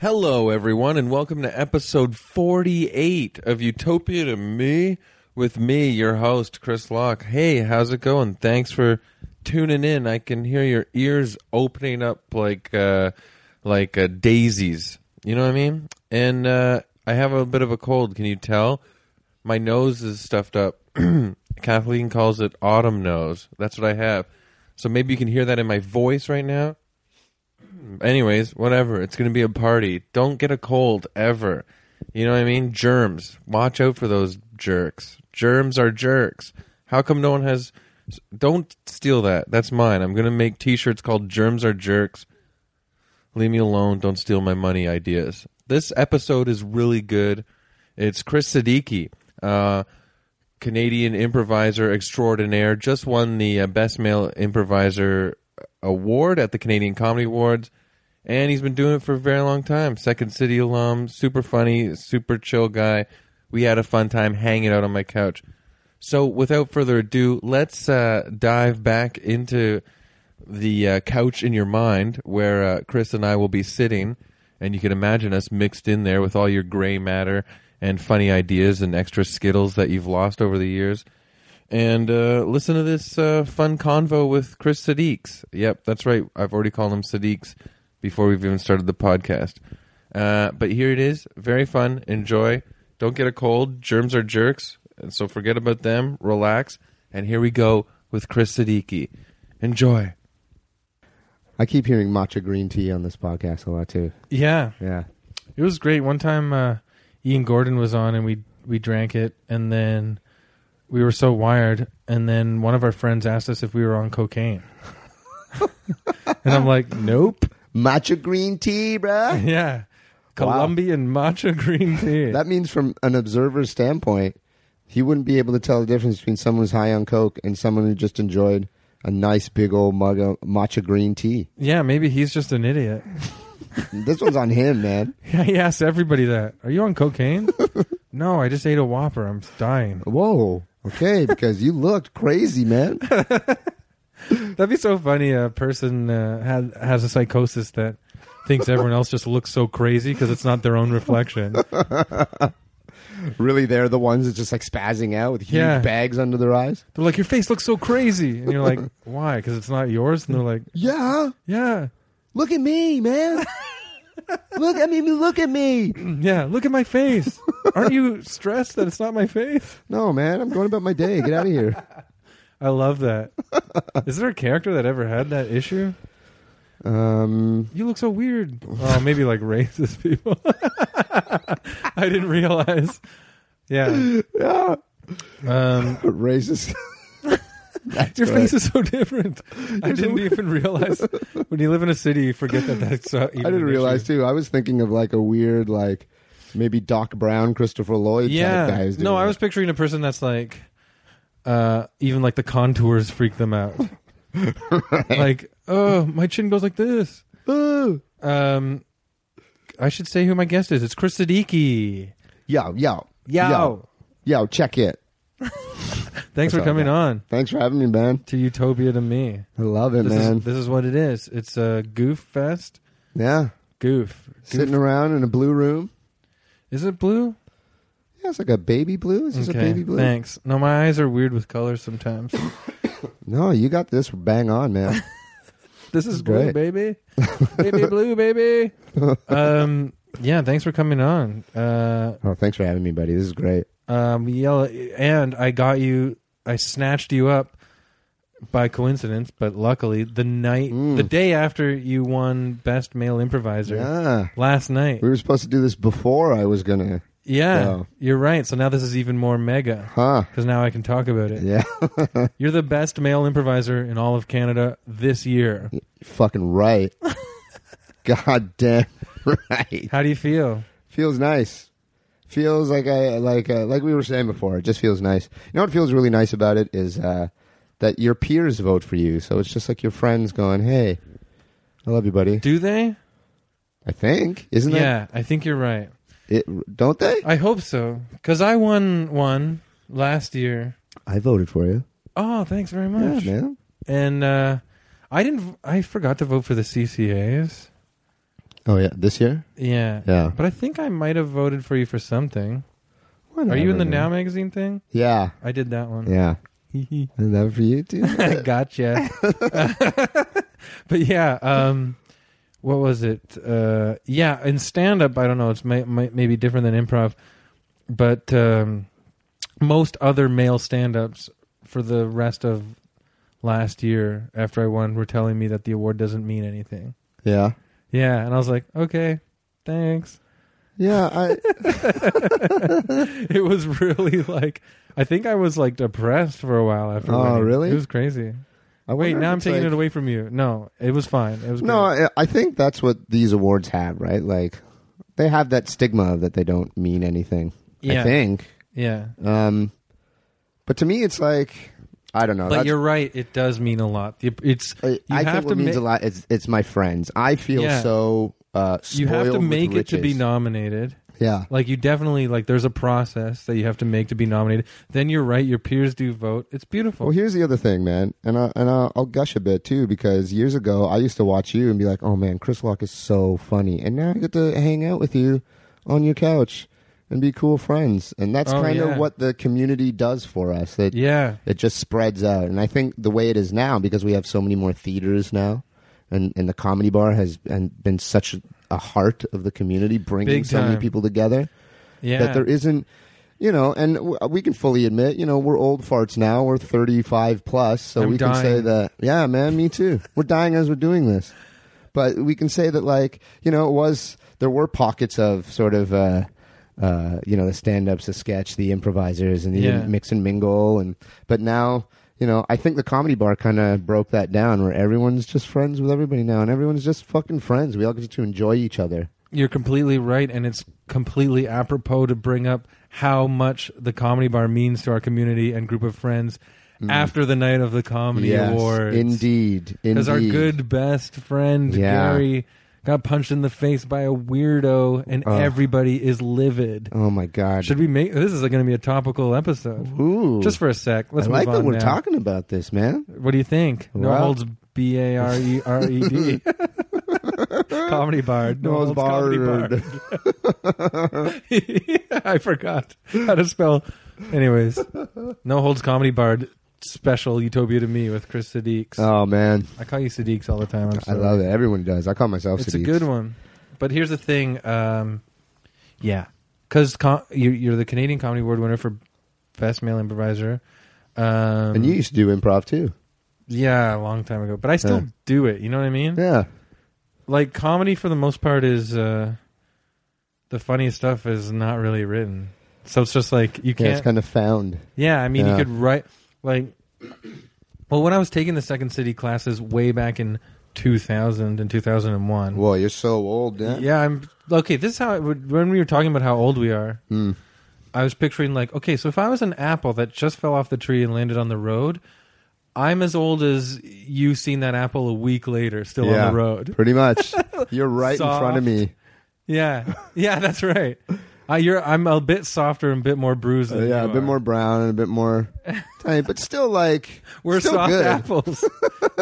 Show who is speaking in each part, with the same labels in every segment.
Speaker 1: Hello, everyone, and welcome to episode 48 of Utopia to Me with me, your host, Chris Locke. Hey, how's it going? Thanks for tuning in. I can hear your ears opening up like uh, like uh, daisies. You know what I mean? And uh, I have a bit of a cold. Can you tell? My nose is stuffed up. Kathleen calls it autumn nose. That's what I have. So maybe you can hear that in my voice right now anyways, whatever. It's gonna be a party. Don't get a cold ever. You know what I mean? Germs. Watch out for those jerks. Germs are jerks. How come no one has? Don't steal that. That's mine. I'm gonna make T-shirts called "Germs Are Jerks." Leave me alone. Don't steal my money ideas. This episode is really good. It's Chris Siddiqui. Uh, Canadian improviser extraordinaire, just won the uh, Best Male Improviser award at the Canadian Comedy Awards, and he's been doing it for a very long time. Second City alum, super funny, super chill guy. We had a fun time hanging out on my couch. So, without further ado, let's uh, dive back into the uh, couch in your mind where uh, Chris and I will be sitting, and you can imagine us mixed in there with all your gray matter and funny ideas and extra skittles that you've lost over the years. And uh, listen to this uh, fun convo with Chris Sadiqs. Yep, that's right. I've already called him Sadiqs before we've even started the podcast. Uh, but here it is. Very fun. Enjoy. Don't get a cold. Germs are jerks. And so forget about them. Relax. And here we go with Chris Siddiqui. Enjoy.
Speaker 2: I keep hearing matcha green tea on this podcast a lot too.
Speaker 3: Yeah,
Speaker 2: Yeah.
Speaker 3: it was great. One time, uh, Ian Gordon was on, and we we drank it, and then we were so wired, and then one of our friends asked us if we were on cocaine, and I'm like, nope.
Speaker 2: Matcha green tea, bruh.
Speaker 3: Yeah, Colombian matcha green tea.
Speaker 2: that means from an observer's standpoint, he wouldn't be able to tell the difference between someone who's high on coke and someone who just enjoyed a nice big old mug of matcha green tea.
Speaker 3: yeah, maybe he's just an idiot.
Speaker 2: This one's on him, man.
Speaker 3: Yeah, he asks everybody that. Are you on cocaine? no, I just ate a Whopper. I'm dying.
Speaker 2: Whoa. Okay, because you looked crazy, man.
Speaker 3: That'd be so funny. A person uh, had, has a psychosis that thinks everyone else just looks so crazy because it's not their own reflection.
Speaker 2: really, they're the ones that's just like spazzing out with huge
Speaker 3: Yeah.
Speaker 2: bags under their eyes.
Speaker 3: They're like, your face looks so crazy. And you're like, why? Because it's not yours? And they're like,
Speaker 2: Yeah,
Speaker 3: yeah,
Speaker 2: look at me, man. look, I mean, look at me.
Speaker 3: yeah, look at my face. Aren't you stressed that it's not my face?
Speaker 2: No, man, I'm going about my day. Get out of here.
Speaker 3: I love that. Is there a character that ever had that issue?
Speaker 2: Um,
Speaker 3: You look so weird. Oh, maybe like racist people. I didn't realize. Yeah.
Speaker 2: yeah,
Speaker 3: Um,
Speaker 2: racist. That's
Speaker 3: your
Speaker 2: correct.
Speaker 3: face is so different. I didn't even realize. When you live in a city, you forget that that's. Uh, even
Speaker 2: I didn't
Speaker 3: an
Speaker 2: realize
Speaker 3: issue.
Speaker 2: too. I was thinking of like a weird, like maybe Doc Brown, Christopher Lloyd
Speaker 3: yeah.
Speaker 2: type guys.
Speaker 3: No,
Speaker 2: doing
Speaker 3: I
Speaker 2: it.
Speaker 3: was picturing a person that's like, uh, even like the contours freak them out. Like, oh, my chin goes like this.
Speaker 2: Ooh.
Speaker 3: Um, I should say who my guest is. It's Chris Siddiqui.
Speaker 2: Yo, yo, yo,
Speaker 3: Yo.
Speaker 2: yo. Check it.
Speaker 3: Thanks
Speaker 2: That's all
Speaker 3: for
Speaker 2: I
Speaker 3: coming
Speaker 2: got.
Speaker 3: on
Speaker 2: Thanks for having me, man.
Speaker 3: to Utopia to me.
Speaker 2: I love it,
Speaker 3: This
Speaker 2: man.
Speaker 3: is this is what it is. It's a goof fest.
Speaker 2: yeah,
Speaker 3: Goof. goof.
Speaker 2: sitting around in a blue room.
Speaker 3: Is it blue?
Speaker 2: Yeah, it's like a baby blue. Is this
Speaker 3: okay.
Speaker 2: a baby blue?
Speaker 3: Thanks. No, my eyes are weird with colors sometimes.
Speaker 2: No, you got this bang on, man.
Speaker 3: this is
Speaker 2: Great.
Speaker 3: blue, baby. baby blue, baby. Um, yeah, thanks for coming on. Uh,
Speaker 2: oh, thanks for having me, buddy. This is great.
Speaker 3: um, yellow, and I got you. I snatched you up by coincidence, but luckily the night,
Speaker 2: Mm.
Speaker 3: the day after you won Best Male Improviser
Speaker 2: Yeah,
Speaker 3: last night.
Speaker 2: we were supposed to do this before I was gonna,
Speaker 3: Yeah,
Speaker 2: Wow.
Speaker 3: you're right. So now this is even more mega
Speaker 2: huh?
Speaker 3: because now I can talk about it.
Speaker 2: Yeah,
Speaker 3: You're the best male improviser in all of Canada this year.
Speaker 2: fucking right. God damn right.
Speaker 3: How do you feel?
Speaker 2: feels nice. Feels like I like uh, like we were saying before. It just feels nice. You know what feels really nice about it is uh, that your peers vote for you. So it's just like your friends going, "Hey, I love you, buddy."
Speaker 3: Do they?
Speaker 2: I think isn't
Speaker 3: yeah, I think you're right.
Speaker 2: that it? Don't they?
Speaker 3: I hope so because I won one last year.
Speaker 2: I voted for you.
Speaker 3: Oh, thanks very
Speaker 2: Yeah,
Speaker 3: much.
Speaker 2: man.
Speaker 3: and uh, I didn't. v- I forgot to vote for the CCAs.
Speaker 2: Oh yeah, this year.
Speaker 3: Yeah.
Speaker 2: Yeah.
Speaker 3: But I think I might have voted for you for something. Are you in the Now magazine thing?
Speaker 2: Yeah.
Speaker 3: I did that one.
Speaker 2: Yeah. Is that for you too?
Speaker 3: gotcha. but yeah, um, what was it? Uh, yeah, in stand up, I don't know. It's may, may, maybe different than improv, but um, most other male stand ups for the rest of last year after I won were telling me that the award doesn't mean anything.
Speaker 2: yeah.
Speaker 3: Yeah, and I was like, okay, thanks.
Speaker 2: Yeah. I.
Speaker 3: it was really like I think I was like depressed for a while after.
Speaker 2: Oh,
Speaker 3: winning.
Speaker 2: really?
Speaker 3: It was crazy.
Speaker 2: I
Speaker 3: Wait,
Speaker 2: wonder
Speaker 3: now
Speaker 2: if
Speaker 3: I'm
Speaker 2: it's
Speaker 3: taking
Speaker 2: like-
Speaker 3: it away from you. No, it was fine. It was
Speaker 2: No,
Speaker 3: great.
Speaker 2: I, I think that's what these awards have, right? Like, they have that stigma that they don't mean anything.
Speaker 3: yeah,
Speaker 2: I think.
Speaker 3: yeah.
Speaker 2: Um, but to me, it's like I don't know.
Speaker 3: But
Speaker 2: that's-
Speaker 3: you're right; it does mean a lot. You- It's
Speaker 2: I, I
Speaker 3: have
Speaker 2: think what
Speaker 3: to
Speaker 2: means
Speaker 3: ma-
Speaker 2: a lot is it's my friends. I feel
Speaker 3: Yeah.
Speaker 2: so uh,
Speaker 3: you have
Speaker 2: spoiled
Speaker 3: to
Speaker 2: with
Speaker 3: make it to be
Speaker 2: riches.
Speaker 3: nominated.
Speaker 2: Yeah,
Speaker 3: Like you definitely like. There's a process that you have to make to be nominated. Then you're right; your peers do vote. It's beautiful.
Speaker 2: Well, here's the other thing, man, and I, and I'll, I'll gush a bit too because years ago I used to watch you and be like, "Oh man, Chris Lock is so funny," and now I get to hang out with you on your couch and be cool friends, and that's
Speaker 3: Oh,
Speaker 2: kind of
Speaker 3: yeah.
Speaker 2: what the community does for us. It
Speaker 3: yeah,
Speaker 2: it just spreads out, and I think the way it is now because we have so many more theaters now, and and the comedy bar has and been such a heart of the community, bringing
Speaker 3: Big
Speaker 2: so many
Speaker 3: time.
Speaker 2: people together
Speaker 3: yeah.
Speaker 2: that there isn't you know and w- uh, we can fully admit you know we're old farts now we're 35 plus so
Speaker 3: I'm
Speaker 2: we can say
Speaker 3: dying.
Speaker 2: that yeah man me too we're dying as we're doing this but we can say that like you know it was there were pockets of sort of uh uh, you know the stand-ups, the sketch, the improvisers, and the
Speaker 3: Yeah.
Speaker 2: mix and mingle, and but now you know I think the comedy bar kind of broke that down, where everyone's just friends with everybody now, and everyone's just fucking friends. We all get to enjoy each other.
Speaker 3: You're completely right, and it's completely apropos to bring up how much the comedy bar means to our community and group of friends after the night of the comedy
Speaker 2: Mm. Yes,
Speaker 3: awards.
Speaker 2: indeed,
Speaker 3: because
Speaker 2: indeed.
Speaker 3: our good best friend
Speaker 2: Yeah.
Speaker 3: Gary got punched in the face by a weirdo, and
Speaker 2: Ugh.
Speaker 3: everybody is livid.
Speaker 2: Oh my god!
Speaker 3: Should we make this? Is going to be a topical episode?
Speaker 2: Ooh.
Speaker 3: Just for a sec, let's
Speaker 2: I
Speaker 3: move
Speaker 2: like
Speaker 3: on.
Speaker 2: that we're
Speaker 3: now.
Speaker 2: talking about this, man.
Speaker 3: What do you think? No
Speaker 2: Wow.
Speaker 3: holds B A R E R E D. Comedy bar. No holds comedy bar. I forgot how to spell. Anyways, no holds comedy bar special Utopia to me with Chris Sadiqs.
Speaker 2: Oh man,
Speaker 3: I call you Sadiqs all the time. I'm
Speaker 2: I
Speaker 3: sorry.
Speaker 2: love it. Everyone does. I call myself.
Speaker 3: It's a
Speaker 2: Sadiq.
Speaker 3: good one. But here's the thing. Um, yeah, because com- you, you're the Canadian Comedy Award winner for best male improviser. Um,
Speaker 2: and you used to do improv too.
Speaker 3: yeah, a long time ago. But I still
Speaker 2: Yeah.
Speaker 3: do it. You know what I mean?
Speaker 2: Yeah.
Speaker 3: Like comedy, for the most part, is uh, the funniest stuff is not really written. So it's just like you
Speaker 2: Yeah,
Speaker 3: can't.
Speaker 2: it's kind of found.
Speaker 3: Yeah, I mean,
Speaker 2: Yeah.
Speaker 3: you could write like. Well, when I was taking the Second City classes way back in 2000 and 2001.
Speaker 2: Whoa, you're so old. Yeah.
Speaker 3: yeah. I'm okay. This is how it would, when we were talking about how old we are.
Speaker 2: Mm.
Speaker 3: I was picturing like, okay, so if I was an apple that just fell off the tree and landed on the road, I'm as old as you seeing that apple a week later, still
Speaker 2: Yeah.
Speaker 3: on the road.
Speaker 2: Pretty much. You're right in
Speaker 3: Soft.
Speaker 2: front of me.
Speaker 3: Yeah, yeah, that's right. I, you're, I'm a bit softer and a bit more bruised.
Speaker 2: Uh,
Speaker 3: than
Speaker 2: yeah, a
Speaker 3: you
Speaker 2: bit
Speaker 3: are.
Speaker 2: more brown and a bit more tiny, but still like
Speaker 3: We're
Speaker 2: still
Speaker 3: soft
Speaker 2: good.
Speaker 3: apples.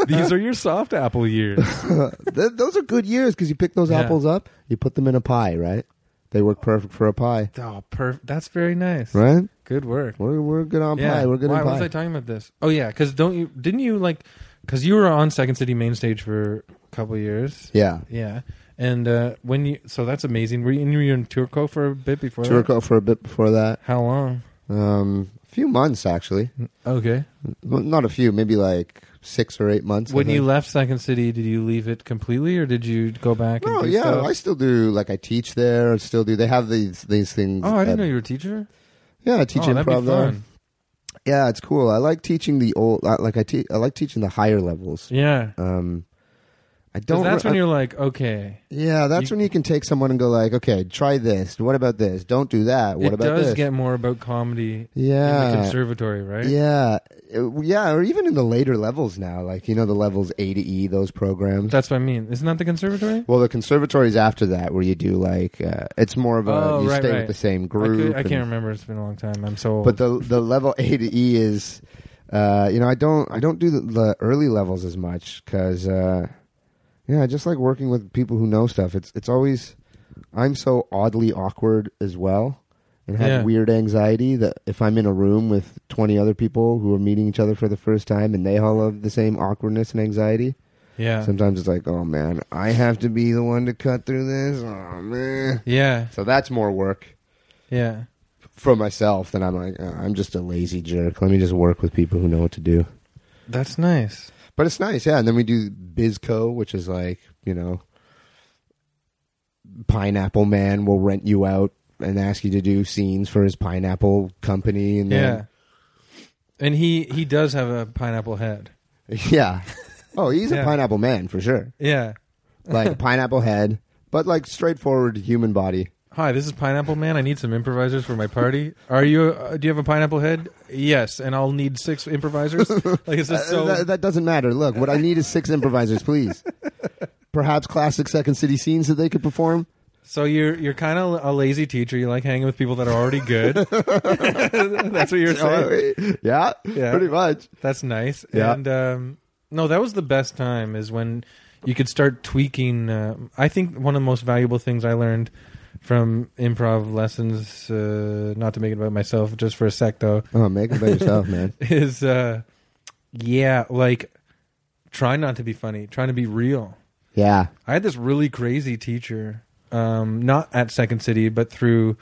Speaker 3: These are your soft apple years.
Speaker 2: Th- those are good years because you pick those
Speaker 3: Yeah.
Speaker 2: apples up, you put them in a pie, right? They work perfect for a pie,
Speaker 3: Oh, perfect. That's very nice.
Speaker 2: right?
Speaker 3: Good work.
Speaker 2: We're we're good on pie. We're good
Speaker 3: Why
Speaker 2: on pie.
Speaker 3: was I talking about this? Oh yeah, because don't you? Didn't you like? Because you were on Second City main stage for a couple years.
Speaker 2: yeah.
Speaker 3: Yeah. And uh, when you, so that's amazing. Were you, you were in Turco for a bit before that?
Speaker 2: Turco for a bit before that.
Speaker 3: How long?
Speaker 2: Um, a few months actually,
Speaker 3: Okay.
Speaker 2: Well, not a few, maybe like six or eight months. I
Speaker 3: when you
Speaker 2: think.
Speaker 3: left Second City, did you leave it completely, or did you go back?
Speaker 2: no,
Speaker 3: and do
Speaker 2: yeah,
Speaker 3: stuff?
Speaker 2: I still do. Like I teach there. I still do. They have these these things.
Speaker 3: oh, I didn't
Speaker 2: uh,
Speaker 3: know you were a teacher.
Speaker 2: Yeah, I teach
Speaker 3: oh,
Speaker 2: improv
Speaker 3: that'd be
Speaker 2: there.
Speaker 3: fun.
Speaker 2: Yeah, it's cool. I like teaching the old. I, like I te- I like teaching the higher levels.
Speaker 3: Yeah.
Speaker 2: Um, I I don't.
Speaker 3: Because that's
Speaker 2: re-
Speaker 3: when you're like, okay,
Speaker 2: yeah, that's
Speaker 3: you-
Speaker 2: when you can take someone and go like, okay, try this. What about this? Don't do that. What
Speaker 3: it
Speaker 2: about
Speaker 3: does
Speaker 2: this?
Speaker 3: get more about comedy in the
Speaker 2: yeah,
Speaker 3: conservatory, right?
Speaker 2: yeah, Uh, yeah, or even in the later levels now, like you know the levels A to E, those programs.
Speaker 3: That's what I mean. Isn't that the conservatory?
Speaker 2: well, the conservatory is after that, where you do like uh, it's more of a
Speaker 3: Oh,
Speaker 2: you
Speaker 3: right,
Speaker 2: stay
Speaker 3: right.
Speaker 2: with the same
Speaker 3: I,
Speaker 2: group.
Speaker 3: could- I
Speaker 2: and-
Speaker 3: can't remember. It's been a long time. I'm so old.
Speaker 2: But the the level A to E is, uh, you know, I don't I don't do the, the early levels as much because, uh, yeah, I just like working with people who know stuff. It's it's always I'm so oddly awkward as well, and have
Speaker 3: Yeah.
Speaker 2: weird anxiety that if I'm in a room with 20 other people who are meeting each other for the first time and they all have the same awkwardness and anxiety,
Speaker 3: yeah,
Speaker 2: sometimes it's like, oh man, I have to be the one to cut through this. Oh man,
Speaker 3: yeah,
Speaker 2: so that's more work
Speaker 3: yeah.
Speaker 2: for myself, then I'm like, oh, I'm just a lazy jerk. Let me just work with people who know what to do.
Speaker 3: That's nice.
Speaker 2: But it's nice, yeah. And then we do Bizco, which is like, you know, Pineapple Man will rent you out and ask you to do scenes for his pineapple company. And
Speaker 3: Yeah. And he he does have a pineapple head.
Speaker 2: then, yeah. Oh, he's a
Speaker 3: Yeah.
Speaker 2: pineapple man for sure.
Speaker 3: Yeah.
Speaker 2: Like a pineapple head, but like straightforward human body.
Speaker 3: Hi, this is Pineapple Man. I need some improvisers for my party. Are you? Uh, do you have a pineapple head? Yes, and I'll need six improvisers. like it's just
Speaker 2: Uh,
Speaker 3: so.
Speaker 2: that, that doesn't matter. Look, what I need is six improvisers, please. Perhaps classic Second City scenes that they could perform.
Speaker 3: So you're you're kind of a lazy teacher. You like hanging with people that are already good. That's what you're saying.
Speaker 2: Oh, uh, yeah,
Speaker 3: Yeah.
Speaker 2: pretty much.
Speaker 3: That's nice.
Speaker 2: Yeah.
Speaker 3: And um, no, that was the best time is when you could start tweaking. Uh, I think one of the most valuable things I learned from improv lessons, uh, not to make it about myself, just for a sec though,
Speaker 2: Oh, make it by yourself, man.
Speaker 3: is uh, yeah, like try not to be funny, trying to be real.
Speaker 2: Yeah.
Speaker 3: I had this really crazy teacher, um, not at Second City, but through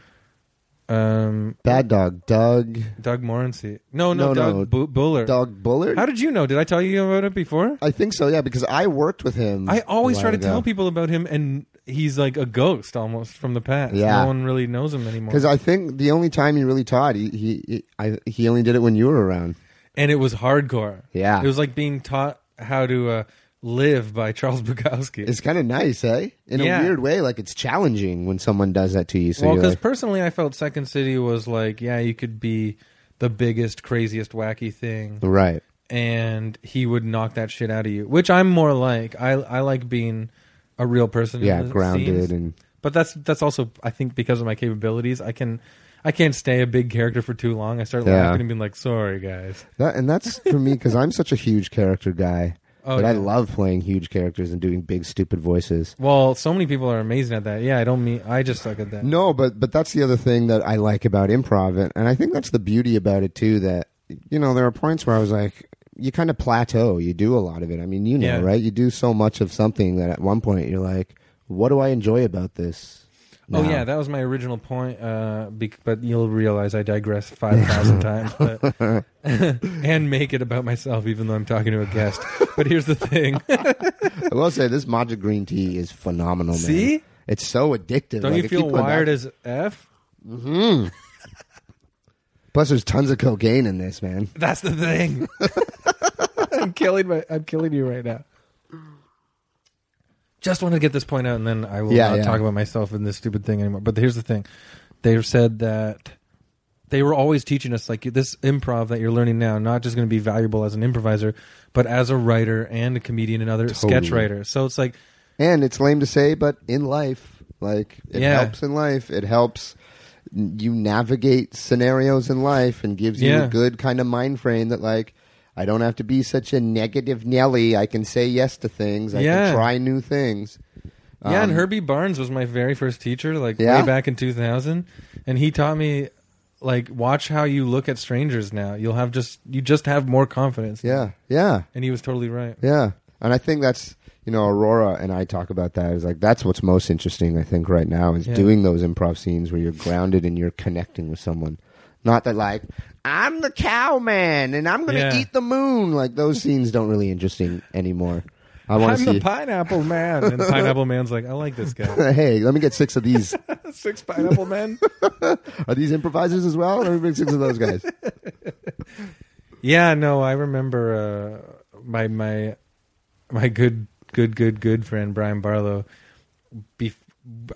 Speaker 3: um,
Speaker 2: Bad dog. Doug.
Speaker 3: Doug Morency. No, no,
Speaker 2: No,
Speaker 3: Doug
Speaker 2: no.
Speaker 3: Bu- Buller.
Speaker 2: Doug Bullard?
Speaker 3: How did you know? Did I tell you about it before?
Speaker 2: I think so, yeah, because I worked with him.
Speaker 3: I always
Speaker 2: a
Speaker 3: try
Speaker 2: while
Speaker 3: to
Speaker 2: ago.
Speaker 3: tell people about him, and he's like a ghost almost from the past.
Speaker 2: Yeah.
Speaker 3: No one really knows him anymore.
Speaker 2: Because I think the only time he really taught, he he he, I, he only did it when you were around.
Speaker 3: and it was hardcore.
Speaker 2: Yeah.
Speaker 3: It was like being taught how to uh, live by Charles Bukowski.
Speaker 2: It's kind of nice, eh? In
Speaker 3: Yeah.
Speaker 2: a weird way, like it's challenging when someone does that to you. So
Speaker 3: well,
Speaker 2: you're
Speaker 3: because
Speaker 2: like,
Speaker 3: personally, I felt Second City was like, yeah, you could be the biggest, craziest, wacky thing.
Speaker 2: right,
Speaker 3: and he would knock that shit out of you. Which I'm more like. I I like being a real person. in
Speaker 2: yeah,
Speaker 3: the
Speaker 2: grounded
Speaker 3: scenes.
Speaker 2: and
Speaker 3: But that's that's also I think because of my capabilities, I can I can't stay a big character for too long. I start
Speaker 2: Yeah.
Speaker 3: laughing and being like, "Sorry, guys."
Speaker 2: that, and that's for me because I'm such a huge character guy.
Speaker 3: Oh,
Speaker 2: but I
Speaker 3: yeah.
Speaker 2: love playing huge characters and doing big stupid voices.
Speaker 3: Well, so many people are amazing at that. Yeah, I don't mean I just suck at that.
Speaker 2: No, but but that's the other thing that I like about improv, and, and I think that's the beauty about it too. That you know, there are points where I was like, you kind of plateau. You do a lot of it. I mean, you know,
Speaker 3: Yeah.
Speaker 2: right? You do so much of something that at one point you're like, what do I enjoy about this?
Speaker 3: Oh
Speaker 2: now?
Speaker 3: yeah, that was my original point. Uh, bec but you'll realize I digress five thousand times, but, and make it about myself, even though I'm talking to a guest. But here's the thing:
Speaker 2: I will say this matcha green tea is phenomenal. Oh, man.
Speaker 3: See?
Speaker 2: it's so addictive.
Speaker 3: don't
Speaker 2: Like,
Speaker 3: you
Speaker 2: I
Speaker 3: feel
Speaker 2: keep going
Speaker 3: wired
Speaker 2: back- Mm-hmm.
Speaker 3: as f?
Speaker 2: Plus, there's tons of cocaine in this, man.
Speaker 3: That's the thing. I'm killing my. I'm killing you right now. Just want to get this point out, and then I will
Speaker 2: Yeah,
Speaker 3: not
Speaker 2: yeah.
Speaker 3: talk about myself and this stupid thing anymore. But here's the thing: they said that they were always teaching us like this improv that you're learning now, not just going to be valuable as an improviser, but as a writer and a comedian and other sketch
Speaker 2: Totally.
Speaker 3: writer. So it's like,
Speaker 2: And it's lame to say, but in life, like it
Speaker 3: Yeah.
Speaker 2: helps in life. It helps n- you navigate scenarios in life and gives you
Speaker 3: Yeah.
Speaker 2: a good kind of mind frame that like I don't have to be such a negative Nelly. I can say yes to things. I
Speaker 3: Yeah.
Speaker 2: can try new things.
Speaker 3: yeah. And
Speaker 2: Um,
Speaker 3: Herbie Barnes was my very first teacher, like
Speaker 2: Yeah?
Speaker 3: way back in 2000, and he taught me like watch how you look at strangers now. You'll have just you just have more confidence.
Speaker 2: Yeah. Yeah.
Speaker 3: And he was totally right.
Speaker 2: Yeah. And I think that's you know, Aurora and I talk about that. Is like that's what's most interesting, I think, right now is
Speaker 3: Yeah.
Speaker 2: doing those improv scenes where you're grounded and you're connecting with someone. Not that like I'm the cowman and I'm gonna
Speaker 3: Yeah.
Speaker 2: eat the moon. Like those scenes don't really interesting anymore. I want to see.
Speaker 3: pineapple man. And pineapple man's like, I like this guy.
Speaker 2: hey, let me get six of these.
Speaker 3: Six pineapple men.
Speaker 2: Are these improvisers as well? Let me bring six of those guys.
Speaker 3: yeah, no, I remember uh, my my my good good, good, good friend Brian Barlow. Bef-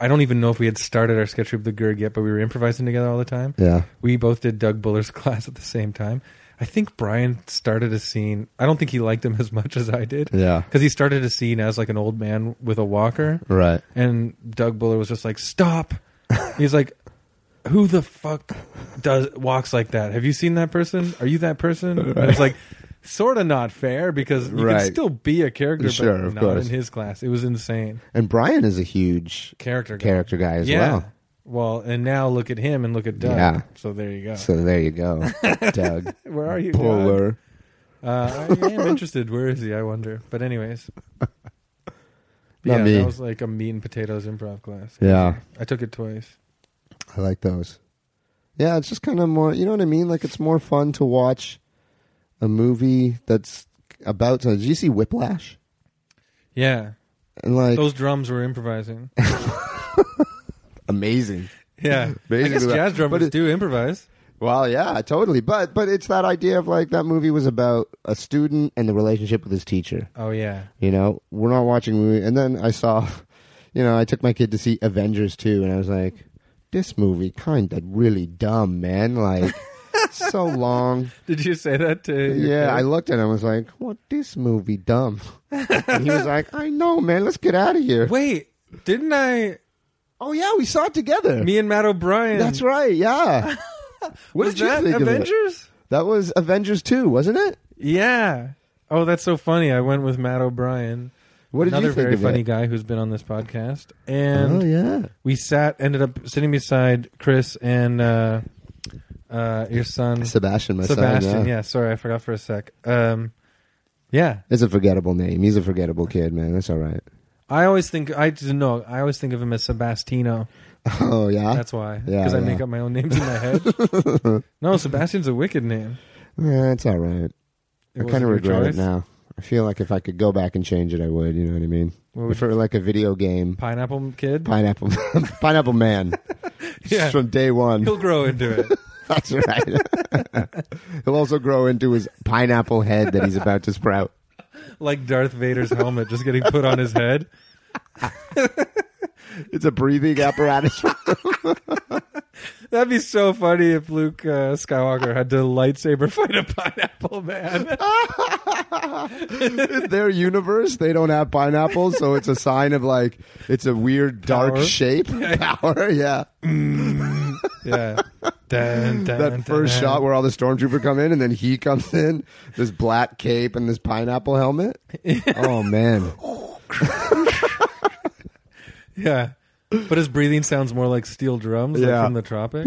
Speaker 3: I don't even know if we had started our sketch group, The Gurg, yet, but we were improvising together all the time.
Speaker 2: Yeah.
Speaker 3: We both did Doug Buller's class at the same time. I think Brian started a scene. I don't think he liked him as much as I did
Speaker 2: Yeah.
Speaker 3: because he started a scene as like an old man with a walker,
Speaker 2: Right.
Speaker 3: and Doug Buller was just like, "Stop!" He's like, "Who the fuck does walks like that? Have you seen that person? Are you that person?" And it's like, sort of not fair because you
Speaker 2: Right.
Speaker 3: can still be a character, but
Speaker 2: Sure, of
Speaker 3: not
Speaker 2: course.
Speaker 3: in his class. It was insane
Speaker 2: And Brian is a huge
Speaker 3: character guy.
Speaker 2: character guy as
Speaker 3: yeah.
Speaker 2: well.
Speaker 3: Well, and now look at him and look at Doug.
Speaker 2: Yeah.
Speaker 3: So there you go.
Speaker 2: So there you go, Doug
Speaker 3: Where are you, Doug?
Speaker 2: Puller.
Speaker 3: Uh, I am interested. Where is he? I wonder. But anyways,
Speaker 2: Not
Speaker 3: yeah,
Speaker 2: me.
Speaker 3: that was like a meat and potatoes improv class.
Speaker 2: Yeah,
Speaker 3: I took it twice.
Speaker 2: I like those. Yeah, it's just kind of more. You know what I mean? Like it's more fun to watch a movie that's about. Did you see Whiplash?
Speaker 3: Yeah,
Speaker 2: And like
Speaker 3: those drums were improvising.
Speaker 2: amazing.
Speaker 3: Yeah, I guess
Speaker 2: Basically,
Speaker 3: jazz drummers
Speaker 2: but it-
Speaker 3: do improvise.
Speaker 2: Well, yeah, totally. But but it's that idea of like that movie was about a student and the relationship with his teacher.
Speaker 3: Oh yeah,
Speaker 2: You know, we're not watching a movie. And then I saw, you know, I took my kid to see Avengers 2, and I was like, this movie kind of really dumb, man. Like, so long.
Speaker 3: did you say that to? your
Speaker 2: Yeah, I
Speaker 3: kid?
Speaker 2: looked at him. I was like, what, this movie dumb? and he was like, I know, man. Let's get out of here.
Speaker 3: Wait, didn't I?
Speaker 2: Oh, yeah, we saw it together.
Speaker 3: Me and Matt O'Brien.
Speaker 2: That's right, yeah. what
Speaker 3: was
Speaker 2: did you
Speaker 3: that
Speaker 2: think of it?
Speaker 3: Avengers?
Speaker 2: That was Avengers 2, wasn't it?
Speaker 3: Yeah. Oh, that's so funny. I went with Matt O'Brien.
Speaker 2: What did
Speaker 3: another
Speaker 2: you think
Speaker 3: very
Speaker 2: of
Speaker 3: funny
Speaker 2: it?
Speaker 3: guy who's been on this podcast,
Speaker 2: Oh,
Speaker 3: and
Speaker 2: yeah.
Speaker 3: we sat ended up sitting beside Chris and uh, uh, your son
Speaker 2: Sebastian, my
Speaker 3: Sebastian.
Speaker 2: son.
Speaker 3: yeah. sorry, I forgot for a sec. Um, yeah,
Speaker 2: It's a forgettable name. He's a forgettable kid, man. That's all right.
Speaker 3: I always think I just know. I always think of him as Sebastino.
Speaker 2: Oh, yeah.
Speaker 3: That's why,
Speaker 2: Yeah,
Speaker 3: because I
Speaker 2: yeah.
Speaker 3: make up my own names in my head. no, Sebastian's a wicked name.
Speaker 2: Yeah, it's all right.
Speaker 3: It
Speaker 2: I
Speaker 3: wasn't
Speaker 2: kind of
Speaker 3: your
Speaker 2: regret
Speaker 3: choice?
Speaker 2: it now. I feel like if I could go back and change it, I would. You know what I mean?
Speaker 3: What would
Speaker 2: If it were like a video game,
Speaker 3: Pineapple kid.
Speaker 2: pineapple, pineapple man,
Speaker 3: Yeah.
Speaker 2: just from day one.
Speaker 3: He'll grow into it.
Speaker 2: That's right. He'll also grow into his pineapple head that he's about to sprout.
Speaker 3: like Darth Vader's helmet just getting put on his head.
Speaker 2: It's a breathing apparatus.
Speaker 3: That'd be so funny if Luke uh, Skywalker had to lightsaber fight a pineapple man.
Speaker 2: In their universe, they don't have pineapples, so it's a sign of like it's a weird dark
Speaker 3: Power.
Speaker 2: shape power. Yeah.
Speaker 3: yeah. Dun, dun,
Speaker 2: that first
Speaker 3: dun.
Speaker 2: shot where all the stormtrooper come in and then he comes in this black cape and this pineapple helmet oh man
Speaker 3: Yeah. But his breathing sounds more like steel drums like
Speaker 2: Yeah.
Speaker 3: from the tropics.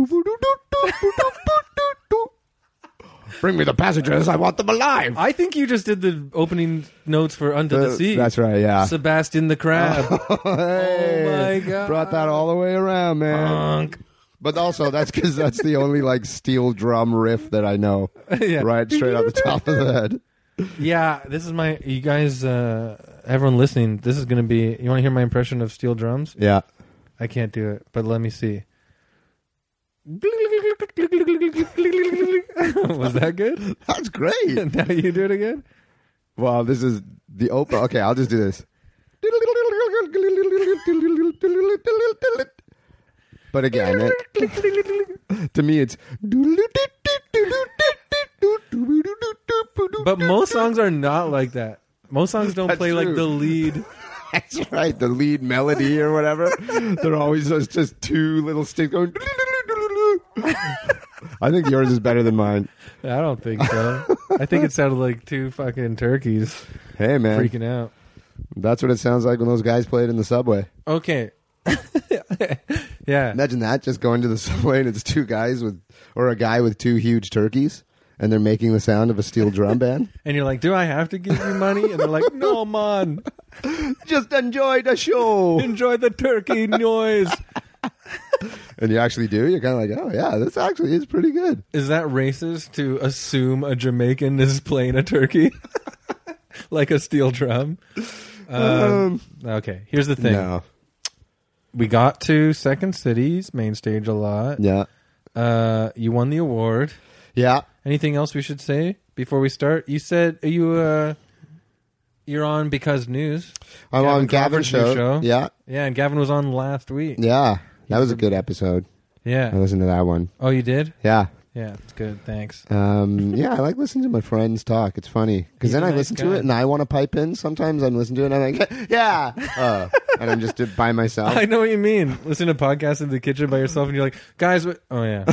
Speaker 2: bring me the passengers i want them alive
Speaker 3: I think you just did the opening notes for Under the,
Speaker 2: Uh,
Speaker 3: Sea.
Speaker 2: that's right yeah
Speaker 3: Sebastian the Crab.
Speaker 2: Hey,
Speaker 3: my God.
Speaker 2: brought that all the way around man
Speaker 3: Honk.
Speaker 2: but also that's because that's the only like steel drum riff that i know
Speaker 3: Yeah.
Speaker 2: right straight off the top of the head
Speaker 3: Yeah, this is my. You guys, uh, everyone listening, this is going to be. You want to hear my impression of steel drums?
Speaker 2: yeah
Speaker 3: I can't do it, but let me see. Was that good?
Speaker 2: that's great
Speaker 3: now you do it again?
Speaker 2: Wow, this is the open. Okay, I'll just do this. But again, it, to me, it's.
Speaker 3: But most songs are not like that. Most songs don't
Speaker 2: That's
Speaker 3: play like
Speaker 2: true.
Speaker 3: the lead.
Speaker 2: That's right, the lead melody or whatever. They're always those just two little sticks going. I think yours is better than mine.
Speaker 3: I don't think so. I think it sounded like two fucking turkeys
Speaker 2: Hey, man.
Speaker 3: freaking out.
Speaker 2: That's what it sounds like when those guys played in the subway.
Speaker 3: Okay. yeah.
Speaker 2: Imagine that just going to the subway and it's two guys with or a guy with two huge turkeys and they're making the sound of a steel drum band.
Speaker 3: And you're like, do I have to give you money? And they're like, no, man.
Speaker 2: just enjoy the show.
Speaker 3: Enjoy the turkey noise.
Speaker 2: And you actually do. You're kind of like, "Oh yeah, this actually is pretty good."
Speaker 3: Is that racist to assume a Jamaican is playing a turkey? like a steel drum? Um, okay, here's the thing.
Speaker 2: No.
Speaker 3: We got to Second City's main stage a lot.
Speaker 2: Yeah.
Speaker 3: Uh, you won the award.
Speaker 2: Yeah.
Speaker 3: Anything else we should say before we start? You said you uh, You're on because news.
Speaker 2: I'm
Speaker 3: Gavin
Speaker 2: on Gavin's
Speaker 3: Crawford's new
Speaker 2: show.
Speaker 3: show.
Speaker 2: Yeah,
Speaker 3: Yeah, and Gavin was on last week.
Speaker 2: yeah. That was a good episode. I
Speaker 3: Yeah.
Speaker 2: listened to that one.
Speaker 3: Oh, you did?
Speaker 2: Yeah,
Speaker 3: Yeah, it's good. Thanks.
Speaker 2: um, yeah. I like listening to my friends talk. It's funny because
Speaker 3: He's a
Speaker 2: then I
Speaker 3: nice
Speaker 2: listen to
Speaker 3: guy.
Speaker 2: it and I want to pipe in. Sometimes I'm listening to it and I'm like, yeah, uh, and I'm just by myself.
Speaker 3: I know what you mean. Listen to podcasts in the kitchen by yourself, and you're like, guys, what? oh yeah,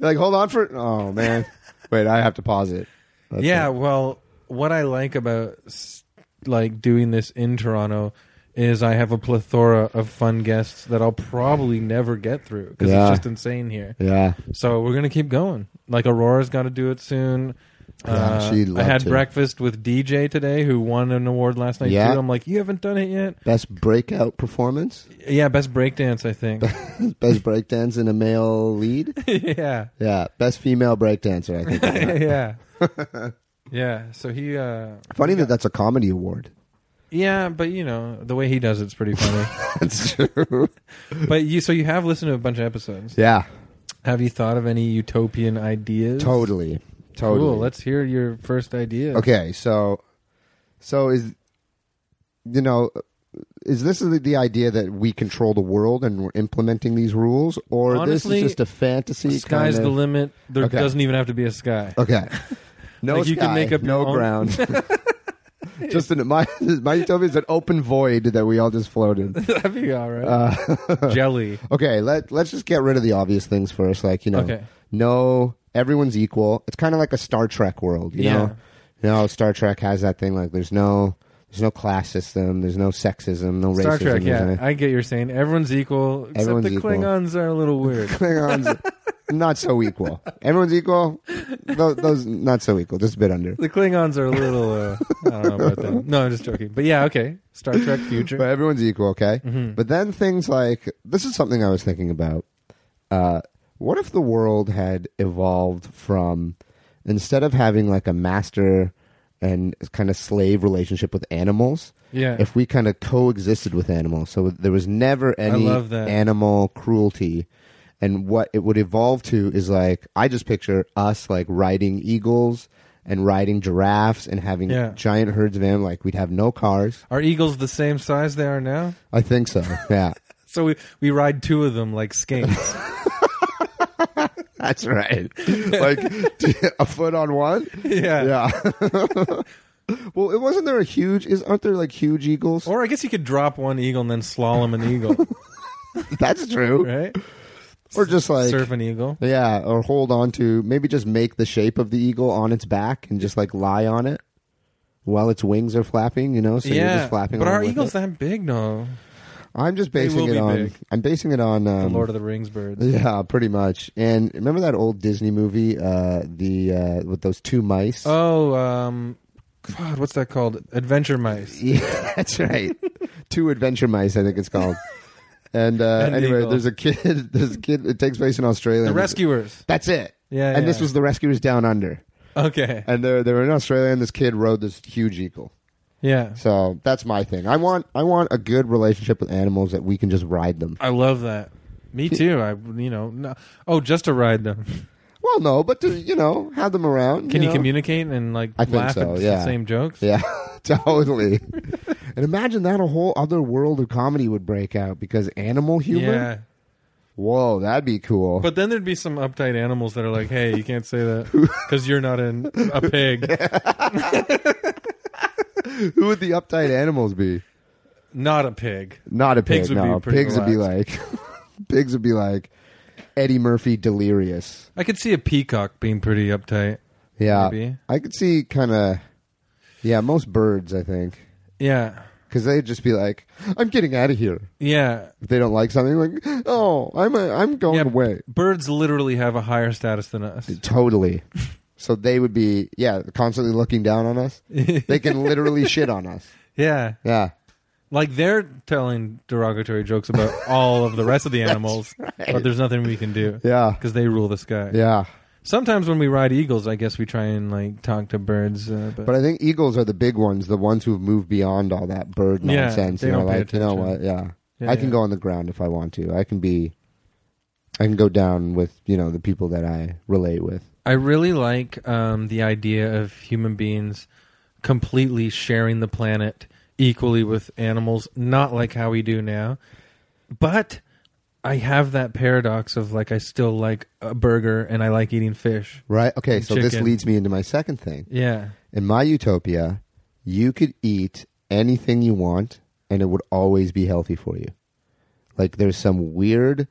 Speaker 2: like, hold on for. Oh man, wait. I have to pause it. That's
Speaker 3: yeah.
Speaker 2: it.
Speaker 3: Well, what I like about s- like doing this in Toronto is I have a plethora of fun guests that I'll probably never get through because
Speaker 2: Yeah.
Speaker 3: it's just insane here.
Speaker 2: yeah.
Speaker 3: So we're gonna keep going. Like Aurora's got to do it soon. Uh,
Speaker 2: Yeah, she'd love
Speaker 3: I had
Speaker 2: to.
Speaker 3: breakfast with DJ today, who won an award last night
Speaker 2: Yeah.
Speaker 3: too. I'm like, you haven't done it yet.
Speaker 2: Best breakout performance.
Speaker 3: Yeah, best breakdance, I think.
Speaker 2: Best breakdance in a male lead.
Speaker 3: yeah.
Speaker 2: Yeah, best female breakdancer. I think. is that.
Speaker 3: yeah. yeah. So he uh
Speaker 2: Funny that that's a comedy award.
Speaker 3: Yeah, but you know, the way he does it's pretty funny.
Speaker 2: That's true.
Speaker 3: but you so you have listened to a bunch of episodes.
Speaker 2: Yeah,
Speaker 3: Have you thought of any utopian ideas?
Speaker 2: totally, totally.
Speaker 3: Cool. Let's hear your first idea.
Speaker 2: okay, so, so is, you know, is this the, the idea that we control the world and we're implementing these rules, or
Speaker 3: Honestly,
Speaker 2: this is just a fantasy?
Speaker 3: Sky's
Speaker 2: kind
Speaker 3: the
Speaker 2: of,
Speaker 3: limit. There
Speaker 2: Okay.
Speaker 3: doesn't even have to be a sky.
Speaker 2: Okay. No
Speaker 3: Like, you can
Speaker 2: sky,
Speaker 3: make up
Speaker 2: no
Speaker 3: your own-
Speaker 2: ground. just an, my my utopia is an open void that we all just float in.
Speaker 3: That'd be all right. Jelly.
Speaker 2: Okay, let let's just get rid of the obvious things first. Like you know,
Speaker 3: Okay.
Speaker 2: no, everyone's equal. It's kind of like a Star Trek world. You
Speaker 3: Yeah.
Speaker 2: know, you know, Star Trek has that thing like there's no there's no class system, there's no sexism, no
Speaker 3: Star
Speaker 2: racism.
Speaker 3: Trek,
Speaker 2: there's
Speaker 3: yeah.
Speaker 2: any-
Speaker 3: I get you're saying everyone's equal, except
Speaker 2: Everyone's
Speaker 3: the
Speaker 2: equal.
Speaker 3: Klingons are a little weird.
Speaker 2: Klingons not so equal. Everyone's equal. Those, those not so equal. Just a bit under.
Speaker 3: the Klingons are a little uh, I don't know about that. No, I'm just joking. But yeah, okay. Star Trek future. Mm-hmm.
Speaker 2: But everyone's equal, okay? But then things like this is something I was thinking about. Uh, what if the world had evolved from instead of having like a master and kind of slave relationship with animals,
Speaker 3: yeah.
Speaker 2: if we kind of coexisted with animals, so there was never any
Speaker 3: love that.
Speaker 2: animal cruelty. And what it would evolve to is like I just picture us like riding eagles and riding giraffes and having
Speaker 3: Yeah.
Speaker 2: giant herds of animals. Like we'd have no cars.
Speaker 3: Are eagles the same size they are now?
Speaker 2: I think so. Yeah,
Speaker 3: So we, we ride two of them like skinks.
Speaker 2: that's right. Like a foot on one.
Speaker 3: yeah.
Speaker 2: Yeah. well, it wasn't there a huge? Is aren't there like huge eagles?
Speaker 3: Or I guess you could drop one eagle and then slalom an eagle,
Speaker 2: That's true.
Speaker 3: right?
Speaker 2: Or just like
Speaker 3: Surf an eagle.
Speaker 2: yeah, or hold on to maybe just make the shape of the eagle on its back and just like lie on it while its wings are flapping. You know, so you're
Speaker 3: yeah.
Speaker 2: just flapping.
Speaker 3: but
Speaker 2: along
Speaker 3: are
Speaker 2: with
Speaker 3: eagles
Speaker 2: it.
Speaker 3: that big? No.
Speaker 2: I'm just
Speaker 3: They
Speaker 2: basing
Speaker 3: will
Speaker 2: it
Speaker 3: be
Speaker 2: on.
Speaker 3: big.
Speaker 2: I'm basing it on um,
Speaker 3: the Lord of the Rings birds.
Speaker 2: Yeah, pretty much. And remember that old Disney movie, uh, the uh, with those two mice.
Speaker 3: Oh, um, God, what's that called? Adventure mice.
Speaker 2: Yeah, that's right. Two adventure mice, I think it's called. And uh,
Speaker 3: An
Speaker 2: anyway,
Speaker 3: eagle.
Speaker 2: there's a kid. There's a kid. It takes place in Australia.
Speaker 3: The
Speaker 2: And
Speaker 3: rescuers.
Speaker 2: That's it.
Speaker 3: Yeah.
Speaker 2: and this
Speaker 3: yeah.
Speaker 2: was the rescuers down under.
Speaker 3: okay.
Speaker 2: And they they were in Australia, and this kid rode this huge eagle.
Speaker 3: Yeah.
Speaker 2: So that's my thing. I want I want a good relationship with animals that we can just ride them.
Speaker 3: I love that. Me too. I you know no, oh just to ride them.
Speaker 2: Well, no, but to you know have them around.
Speaker 3: Can you,
Speaker 2: know?
Speaker 3: communicate and like
Speaker 2: I think
Speaker 3: laugh
Speaker 2: so,
Speaker 3: at
Speaker 2: yeah.
Speaker 3: the same jokes?
Speaker 2: Yeah, totally. and imagine that a whole other world of comedy would break out because animal humor.
Speaker 3: Yeah.
Speaker 2: Whoa, that'd be cool.
Speaker 3: But then there'd be some uptight animals that are like, "Hey, you can't say that because you're not in a pig,
Speaker 2: Who would the uptight animals be?
Speaker 3: not a pig."
Speaker 2: Not a pig.
Speaker 3: Pigs would
Speaker 2: no,
Speaker 3: be pretty
Speaker 2: pigs would be like pigs would be like Eddie Murphy delirious.
Speaker 3: I could see a peacock being pretty uptight.
Speaker 2: Yeah,
Speaker 3: Maybe.
Speaker 2: I could see kind of yeah. Most birds, I think,
Speaker 3: Yeah,
Speaker 2: because they'd just be like, "I'm getting out of here."
Speaker 3: yeah.
Speaker 2: If they don't like something, like, "Oh, I'm a, I'm going
Speaker 3: Yeah.
Speaker 2: away."
Speaker 3: Birds literally have a higher status than us.
Speaker 2: Totally. so they would be yeah, constantly looking down on us. They can literally shit on us.
Speaker 3: yeah,
Speaker 2: Yeah.
Speaker 3: like they're telling derogatory jokes about all of the rest of the animals, but there's nothing we can do
Speaker 2: Yeah.
Speaker 3: because they rule the sky.
Speaker 2: Yeah.
Speaker 3: Sometimes when we ride eagles, I guess we try and like talk to birds, uh, but,
Speaker 2: But I think eagles are the big ones, the ones who've moved beyond all that bird
Speaker 3: Yeah,
Speaker 2: nonsense.
Speaker 3: they
Speaker 2: you know,
Speaker 3: don't pay
Speaker 2: like, you know
Speaker 3: attention.
Speaker 2: what? Yeah.
Speaker 3: Yeah,
Speaker 2: I can
Speaker 3: yeah.
Speaker 2: go on the ground if I want to. I can be I can go down with, you know, the people that I relate with.
Speaker 3: I really like um, the idea of human beings completely sharing the planet equally with animals, not like how we do now. But I have that paradox of like I still like a burger and I like eating fish.
Speaker 2: Right? Okay, so this
Speaker 3: Chicken.
Speaker 2: leads me into my second thing.
Speaker 3: Yeah.
Speaker 2: In my utopia, you could eat anything you want and it would always be healthy for you. Like there's some weird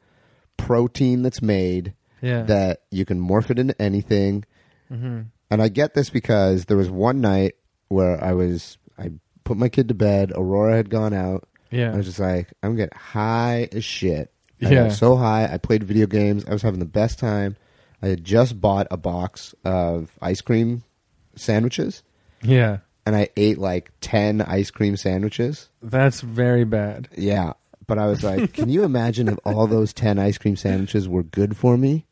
Speaker 2: protein that's made
Speaker 3: Yeah.
Speaker 2: that you can morph it into anything.
Speaker 3: hmm
Speaker 2: And I get this because there was one night where I was I put my kid to bed, Aurora had gone out. I
Speaker 3: Yeah.
Speaker 2: was just like, I'm gonna get high as shit. I
Speaker 3: Yeah.
Speaker 2: got so high. I played video games. I was having the best time. I had just bought a box of ice cream sandwiches
Speaker 3: Yeah.
Speaker 2: and I ate like 10 ice cream sandwiches.
Speaker 3: That's very bad.
Speaker 2: Yeah. But I was like, can you imagine if all those 10 ice cream sandwiches were good for me?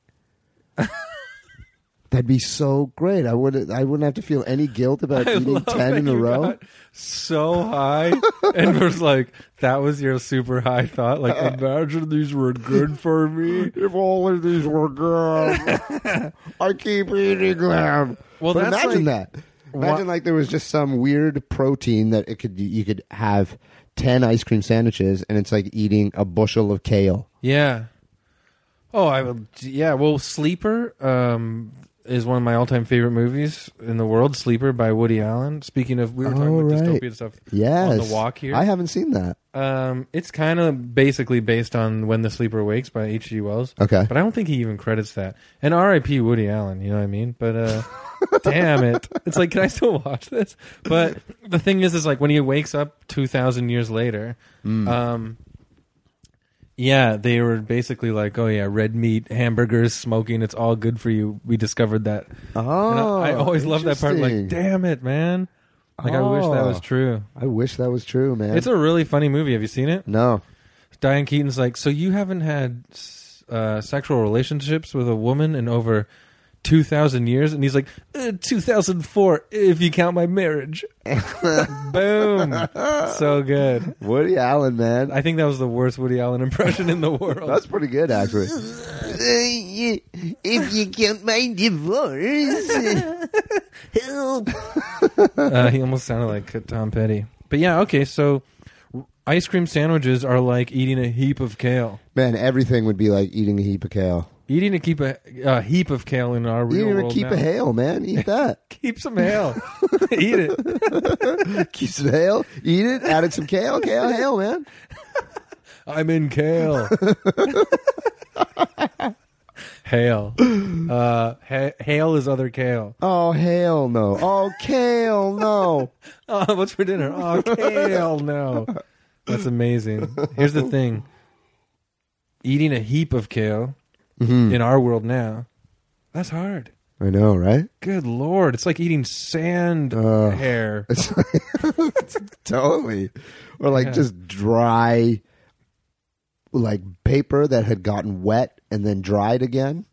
Speaker 2: That'd be so great. I wouldn't I wouldn't have to feel any guilt about eating 10 in a row.
Speaker 3: so high and was like that was your super high thought like
Speaker 2: Uh-uh.
Speaker 3: imagine these were good for me
Speaker 2: If all of these were good, I keep eating them.
Speaker 3: Well,
Speaker 2: But
Speaker 3: that's
Speaker 2: imagine
Speaker 3: like-
Speaker 2: that. Imagine like there was just some weird protein that it could you could have ten ice cream sandwiches, and it's like eating a bushel of kale.
Speaker 3: yeah oh i will yeah well sleeper um is one of my all-time favorite movies in the world sleeper by woody allen speaking of we were talking
Speaker 2: Oh,
Speaker 3: about
Speaker 2: right.
Speaker 3: dystopian stuff
Speaker 2: Yes,
Speaker 3: on the walk here
Speaker 2: I haven't seen that.
Speaker 3: um it's kind of basically based on when the sleeper wakes by hg wells
Speaker 2: Okay,
Speaker 3: But I don't think he even credits that. And R.I.P. Woody Allen, you know what I mean? But uh, damn it, it's like, can I still watch this? But the thing is, is like when he wakes up two thousand years later,
Speaker 2: Hmm.
Speaker 3: um, yeah, they were basically like, oh yeah, red meat, hamburgers, smoking, it's all good for you. We discovered that. And
Speaker 2: oh,
Speaker 3: I, I always love that part. Like,
Speaker 2: interesting.
Speaker 3: damn it, man. Like I wish that
Speaker 2: Oh.
Speaker 3: was true.
Speaker 2: I wish that was true, man.
Speaker 3: It's a really funny movie. Have you seen it?
Speaker 2: no.
Speaker 3: Diane Keaton's like, so you haven't had uh, sexual relationships with a woman in over two thousand years, and he's like, uh, two thousand four, if you count my marriage. Boom, so good.
Speaker 2: Woody Allen, man.
Speaker 3: I think that was the worst Woody Allen impression in the world.
Speaker 2: That's pretty good, actually. if you count my divorce, help.
Speaker 3: uh, he almost sounded like Tom Petty. But yeah, okay, so r- ice cream sandwiches are like eating a heap of kale.
Speaker 2: Man, everything would be like eating a heap of kale.
Speaker 3: Eating a keep a, a heap of kale in our
Speaker 2: You
Speaker 3: real
Speaker 2: didn't even
Speaker 3: world
Speaker 2: keep
Speaker 3: now.
Speaker 2: a hail, man. Eat that.
Speaker 3: keep some hail, eat it.
Speaker 2: keep some hail. Eat it. Added some kale. Kale, hail, man.
Speaker 3: I'm in kale. hail. Uh, ha- hail is other kale.
Speaker 2: Oh, hail, no. Oh, kale, no.
Speaker 3: Oh, what's for dinner? Oh, kale. No. That's amazing. Here's the thing eating a heap of kale
Speaker 2: Mhm.
Speaker 3: in our world now, that's hard.
Speaker 2: I know, right?
Speaker 3: Good lord. It's like eating sand
Speaker 2: Uh.
Speaker 3: hair.
Speaker 2: It's like, totally. Or like
Speaker 3: Yeah.
Speaker 2: just dry, like paper that had gotten wet and then dried again.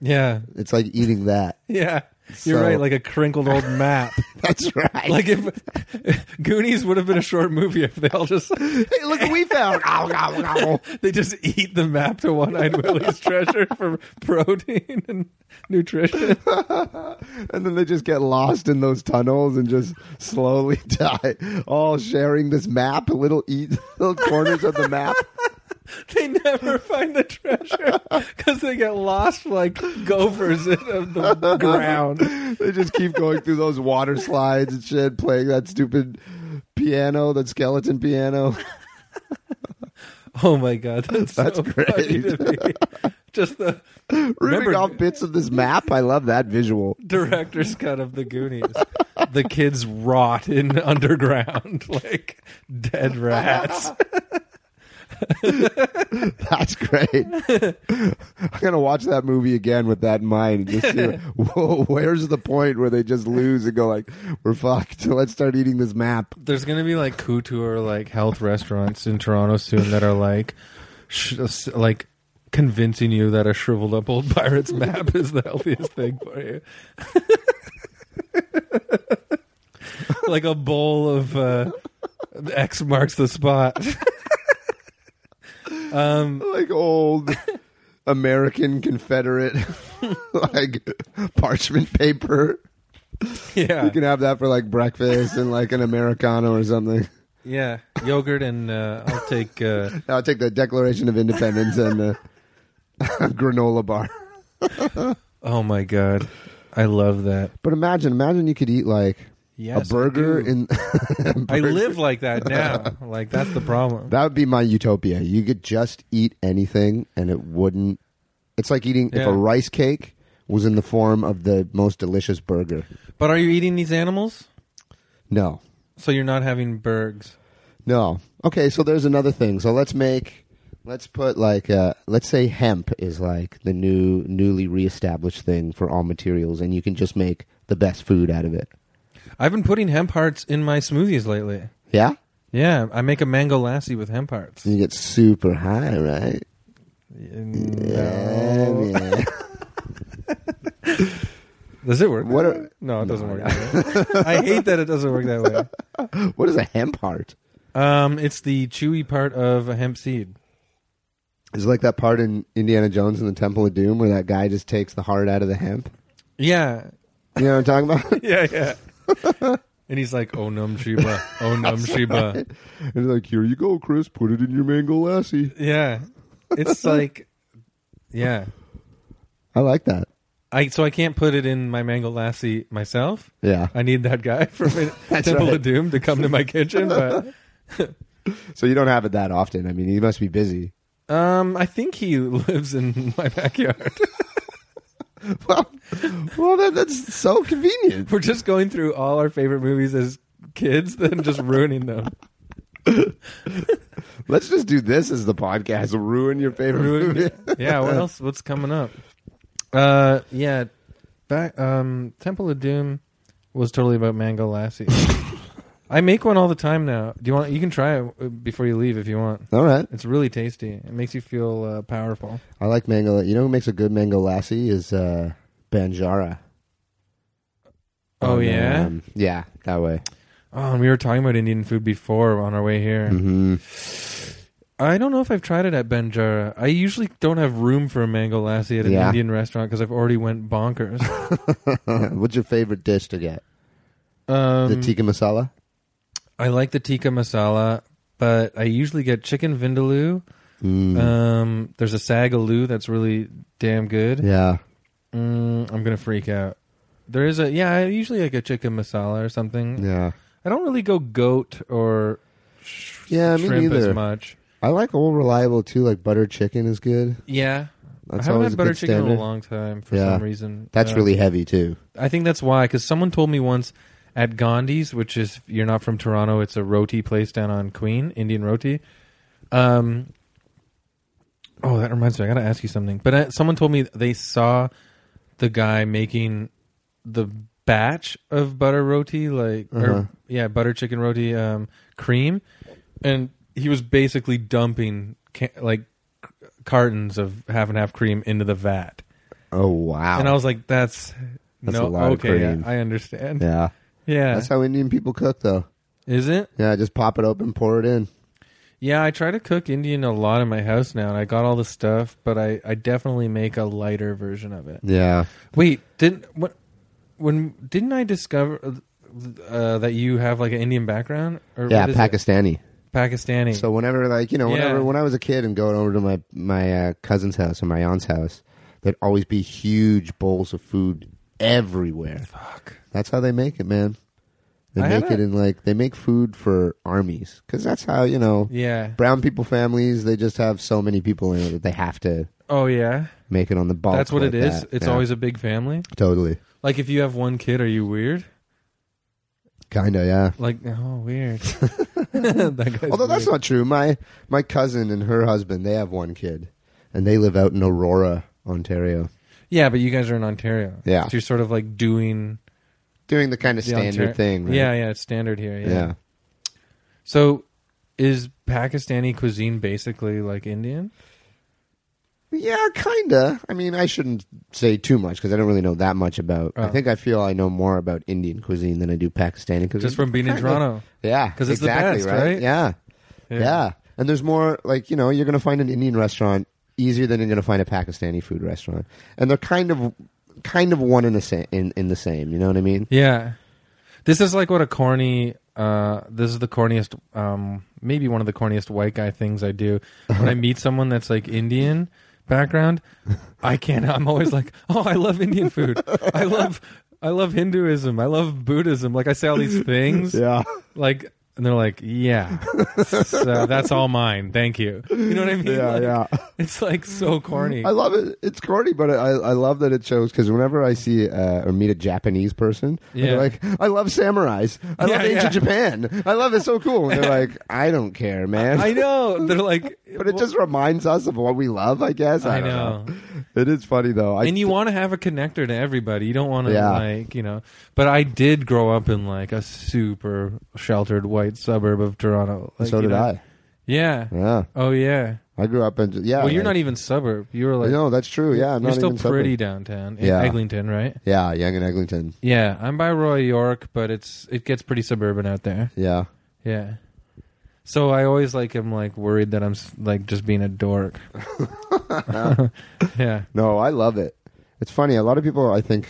Speaker 3: Yeah.
Speaker 2: It's like eating that.
Speaker 3: Yeah. You're
Speaker 2: So-
Speaker 3: right. Like a crinkled old map.
Speaker 2: That's right.
Speaker 3: like if Goonies would have been a short movie if they all just
Speaker 2: hey, look what we found. Ow, ow, ow.
Speaker 3: they just eat the map to One Eyed Willie's treasure for protein and nutrition.
Speaker 2: And then they just get lost in those tunnels and just slowly die, all sharing this map, little eat little corners of the map.
Speaker 3: They never find the treasure because they get lost like gophers in of the ground.
Speaker 2: They just keep going through those water slides and shit, playing that stupid piano, that skeleton piano.
Speaker 3: Oh my god, that's,
Speaker 2: That's
Speaker 3: so
Speaker 2: great.
Speaker 3: funny to me. Just the
Speaker 2: Ripping
Speaker 3: Remember-
Speaker 2: off bits of this map. I love that visual.
Speaker 3: director's cut of the Goonies. The kids rot in underground like dead rats.
Speaker 2: That's great. I'm gonna watch that movie again with that in mind. And just see, whoa, where's the point where they just lose and go like, "We're fucked. Let's start eating this map."
Speaker 3: There's gonna be like couture like health restaurants in Toronto soon that are like, sh- like convincing you that a shriveled up old pirate's map is the healthiest thing for you. like a bowl of uh, X marks the spot. um,
Speaker 2: like old American Confederate like parchment paper.
Speaker 3: yeah,
Speaker 2: You can have that for like breakfast and like an Americano or something.
Speaker 3: yeah. Yogurt and uh, I'll take. Uh,
Speaker 2: I'll take the Declaration of Independence and the granola bar.
Speaker 3: oh my god, I love that.
Speaker 2: But imagine, imagine you could eat like
Speaker 3: Yes,
Speaker 2: a burger
Speaker 3: I do.
Speaker 2: in. a
Speaker 3: I
Speaker 2: burger.
Speaker 3: live like that now. like that's the problem.
Speaker 2: That would be my utopia. You could just eat anything and it wouldn't. It's like eating if
Speaker 3: Yeah.
Speaker 2: a rice cake was in the form of the most delicious burger.
Speaker 3: but are you eating these animals?
Speaker 2: No.
Speaker 3: So you're not having burgs.
Speaker 2: No. Okay, so there's another thing. So let's make let's put like uh let's say hemp is like the new newly reestablished thing for all materials and you can just make the best food out of it.
Speaker 3: I've been putting hemp hearts in my smoothies lately.
Speaker 2: Yeah?
Speaker 3: Yeah, I make a mango lassi with hemp hearts.
Speaker 2: And you get super high, right?
Speaker 3: No.
Speaker 2: Yeah, yeah.
Speaker 3: Does it work?
Speaker 2: What
Speaker 3: that
Speaker 2: are-
Speaker 3: way? no,
Speaker 2: No,
Speaker 3: it doesn't work. That way. I hate that it doesn't work that way.
Speaker 2: what is a hemp heart?
Speaker 3: Um, it's the chewy part of a hemp seed.
Speaker 2: Is it like that part in Indiana Jones and the Temple of Doom where that guy just takes the heart out of the hemp?
Speaker 3: Yeah,
Speaker 2: You know what I'm talking about?
Speaker 3: yeah, yeah. and he's like, "Oh num shiba, oh num shiba."
Speaker 2: It's like, here you go, Chris. Put it in your mango lassie.
Speaker 3: Yeah, it's like, yeah.
Speaker 2: I like that.
Speaker 3: I so I can't put it in my mango lassi myself.
Speaker 2: Yeah.
Speaker 3: I need that guy from
Speaker 2: That's
Speaker 3: Temple
Speaker 2: right.
Speaker 3: of Doom to come to my kitchen, but
Speaker 2: So you don't have it that often. I mean, you must be busy.
Speaker 3: um, I think he lives in my backyard.
Speaker 2: Well, well, that, that's so convenient.
Speaker 3: We're just going through all our favorite movies as kids, then just ruining them.
Speaker 2: Let's just do this as the podcast. Ruin your favorite movie.
Speaker 3: Ruin- yeah. What else? What's coming up? Uh, yeah. Back um, Temple of Doom was totally about Mango Lassie. I make one all the time now. Do you want? You can try it uh, before you leave if you want.
Speaker 2: All right.
Speaker 3: It's really tasty. It makes you feel uh, powerful.
Speaker 2: I like mango. You know who makes a good mango lassie is uh, Banjara.
Speaker 3: Oh,
Speaker 2: On,
Speaker 3: yeah?
Speaker 2: um, yeah, that way.
Speaker 3: Oh, and we were talking about Indian food before on our way here.
Speaker 2: hmm
Speaker 3: I don't know if I've tried it at Banjara. I usually don't have room for a mango lassi at an
Speaker 2: Yeah.
Speaker 3: Indian restaurant because I've already went bonkers.
Speaker 2: What's your favorite dish to get?
Speaker 3: Um,
Speaker 2: the tikka masala.
Speaker 3: I like the tikka masala, but I usually get chicken vindaloo.
Speaker 2: Mm.
Speaker 3: Um, there's a sagaloo that's really damn good.
Speaker 2: yeah,
Speaker 3: Mm, I'm gonna freak out. There is a yeah, I usually like a chicken masala or something.
Speaker 2: yeah.
Speaker 3: I don't really go goat or sh-
Speaker 2: Yeah, me
Speaker 3: shrimp
Speaker 2: neither.
Speaker 3: as much.
Speaker 2: I like all reliable too. Like buttered chicken is good.
Speaker 3: Yeah,
Speaker 2: That's
Speaker 3: I haven't
Speaker 2: always
Speaker 3: had
Speaker 2: a
Speaker 3: butter
Speaker 2: good
Speaker 3: chicken
Speaker 2: standard.
Speaker 3: in a long time for
Speaker 2: Yeah.
Speaker 3: some reason.
Speaker 2: That's
Speaker 3: Uh,
Speaker 2: really heavy too.
Speaker 3: I think that's why because someone told me once at Gandhi's, which is if you're not from Toronto, it's a roti place down on Queen, Indian roti. Um, oh, that reminds me, I gotta ask you something. But uh, someone told me they saw the guy making the batch of butter roti, like
Speaker 2: Uh-huh.
Speaker 3: or yeah, butter chicken roti um, cream, and he was basically dumping ca- like c- cartons of half and half cream into the vat.
Speaker 2: Oh wow!
Speaker 3: And I was like, that's,
Speaker 2: That's
Speaker 3: no,
Speaker 2: a lot of
Speaker 3: okay,
Speaker 2: cream.
Speaker 3: I understand. Yeah.
Speaker 2: yeah, that's how Indian people cook though.
Speaker 3: Is it?
Speaker 2: Yeah, just pop it open, pour it in.
Speaker 3: Yeah, I try to cook Indian a lot in my house now, and I got all the stuff, but I, I definitely make a lighter version of it.
Speaker 2: Yeah,
Speaker 3: Wait, didn't what, when didn't I discover uh, that you have like an Indian background? Or
Speaker 2: yeah,
Speaker 3: what is it?
Speaker 2: Pakistani.
Speaker 3: Pakistani.
Speaker 2: So whenever, like you know, whenever
Speaker 3: Yeah.
Speaker 2: when I was a kid and going over to my my uh, cousin's house or my aunt's house, there'd always be huge bowls of food everywhere.
Speaker 3: Fuck.
Speaker 2: That's how they make it, man. They
Speaker 3: I had
Speaker 2: make it
Speaker 3: a-
Speaker 2: in like they make food for armies because that's how you know
Speaker 3: Yeah.
Speaker 2: brown people families. They just have so many people in it that they have to
Speaker 3: Oh yeah.
Speaker 2: make it on the bulk.
Speaker 3: That's what
Speaker 2: like
Speaker 3: it is.
Speaker 2: that.
Speaker 3: It's
Speaker 2: Yeah,
Speaker 3: always a big family.
Speaker 2: totally
Speaker 3: Like if you have one kid, are you weird?
Speaker 2: kinda yeah.
Speaker 3: Like oh weird. That guy's
Speaker 2: Although that's
Speaker 3: weird.
Speaker 2: not true. My my cousin and her husband they have one kid, and they live out in Aurora, Ontario,
Speaker 3: Yeah, but you guys are in Ontario.
Speaker 2: Yeah.
Speaker 3: So you're sort of like doing
Speaker 2: doing the kind of
Speaker 3: the
Speaker 2: standard
Speaker 3: Ontar-
Speaker 2: thing. Right?
Speaker 3: Yeah, yeah, it's standard here. Yeah.
Speaker 2: yeah.
Speaker 3: So is Pakistani cuisine basically like Indian?
Speaker 2: Yeah, kinda. I mean, I shouldn't say too much because I don't really know that much about. I
Speaker 3: Oh.
Speaker 2: think I feel I know more about Indian cuisine than I do Pakistani cuisine.
Speaker 3: Just from being in
Speaker 2: Kinda.
Speaker 3: Toronto.
Speaker 2: Yeah,
Speaker 3: 'Cause it's the
Speaker 2: exactly,
Speaker 3: best,
Speaker 2: right?
Speaker 3: right?
Speaker 2: Yeah. yeah, And there's more like you know you're gonna find an Indian restaurant easier than you're gonna find a Pakistani food restaurant, and they're kind of kind of one in the same. In, in the same, you know what I mean?
Speaker 3: Yeah. This is like what a corny uh this is the corniest um maybe one of the corniest white guy things I do. When I meet someone that's like Indian background, I can't I'm always like, "Oh, I love Indian food. I love I love Hinduism. I love Buddhism." Like I say all these things.
Speaker 2: Yeah.
Speaker 3: Like and they're like, "Yeah." so that's all mine. Thank you. You know what I mean? Like,
Speaker 2: yeah.
Speaker 3: It's like so corny.
Speaker 2: I love it. It's corny, but I, I love that it shows because whenever I see uh, or meet a Japanese person, and
Speaker 3: Yeah.
Speaker 2: they're like, I love samurais. I
Speaker 3: Yeah,
Speaker 2: love ancient
Speaker 3: yeah.
Speaker 2: Japan. I love it so cool. And they're like, I don't care, man.
Speaker 3: I know. They're like
Speaker 2: but it just reminds us of what we love, I guess. I,
Speaker 3: I
Speaker 2: don't know.
Speaker 3: know.
Speaker 2: It is funny though. I,
Speaker 3: and you want to have a connector to everybody. You don't want to
Speaker 2: Yeah.
Speaker 3: like you know. But I did grow up in like a super sheltered white suburb of Toronto. Like,
Speaker 2: so
Speaker 3: you
Speaker 2: did
Speaker 3: know-
Speaker 2: I.
Speaker 3: Yeah.
Speaker 2: Yeah,
Speaker 3: Oh yeah.
Speaker 2: I grew up in. Yeah,
Speaker 3: well, you're
Speaker 2: like-
Speaker 3: not even suburb. You were like
Speaker 2: no, that's true. Yeah, I'm
Speaker 3: you're
Speaker 2: not
Speaker 3: still
Speaker 2: even suburb.
Speaker 3: pretty downtown in
Speaker 2: Yeah.
Speaker 3: Eglinton, right?
Speaker 2: Yeah, Young and Eglinton.
Speaker 3: Yeah, I'm by Roy York, but it's it gets pretty suburban out there.
Speaker 2: Yeah,
Speaker 3: Yeah. So I always like am like worried that I'm s- like just being a dork. yeah.
Speaker 2: no, I love it. It's funny. A lot of people, I think,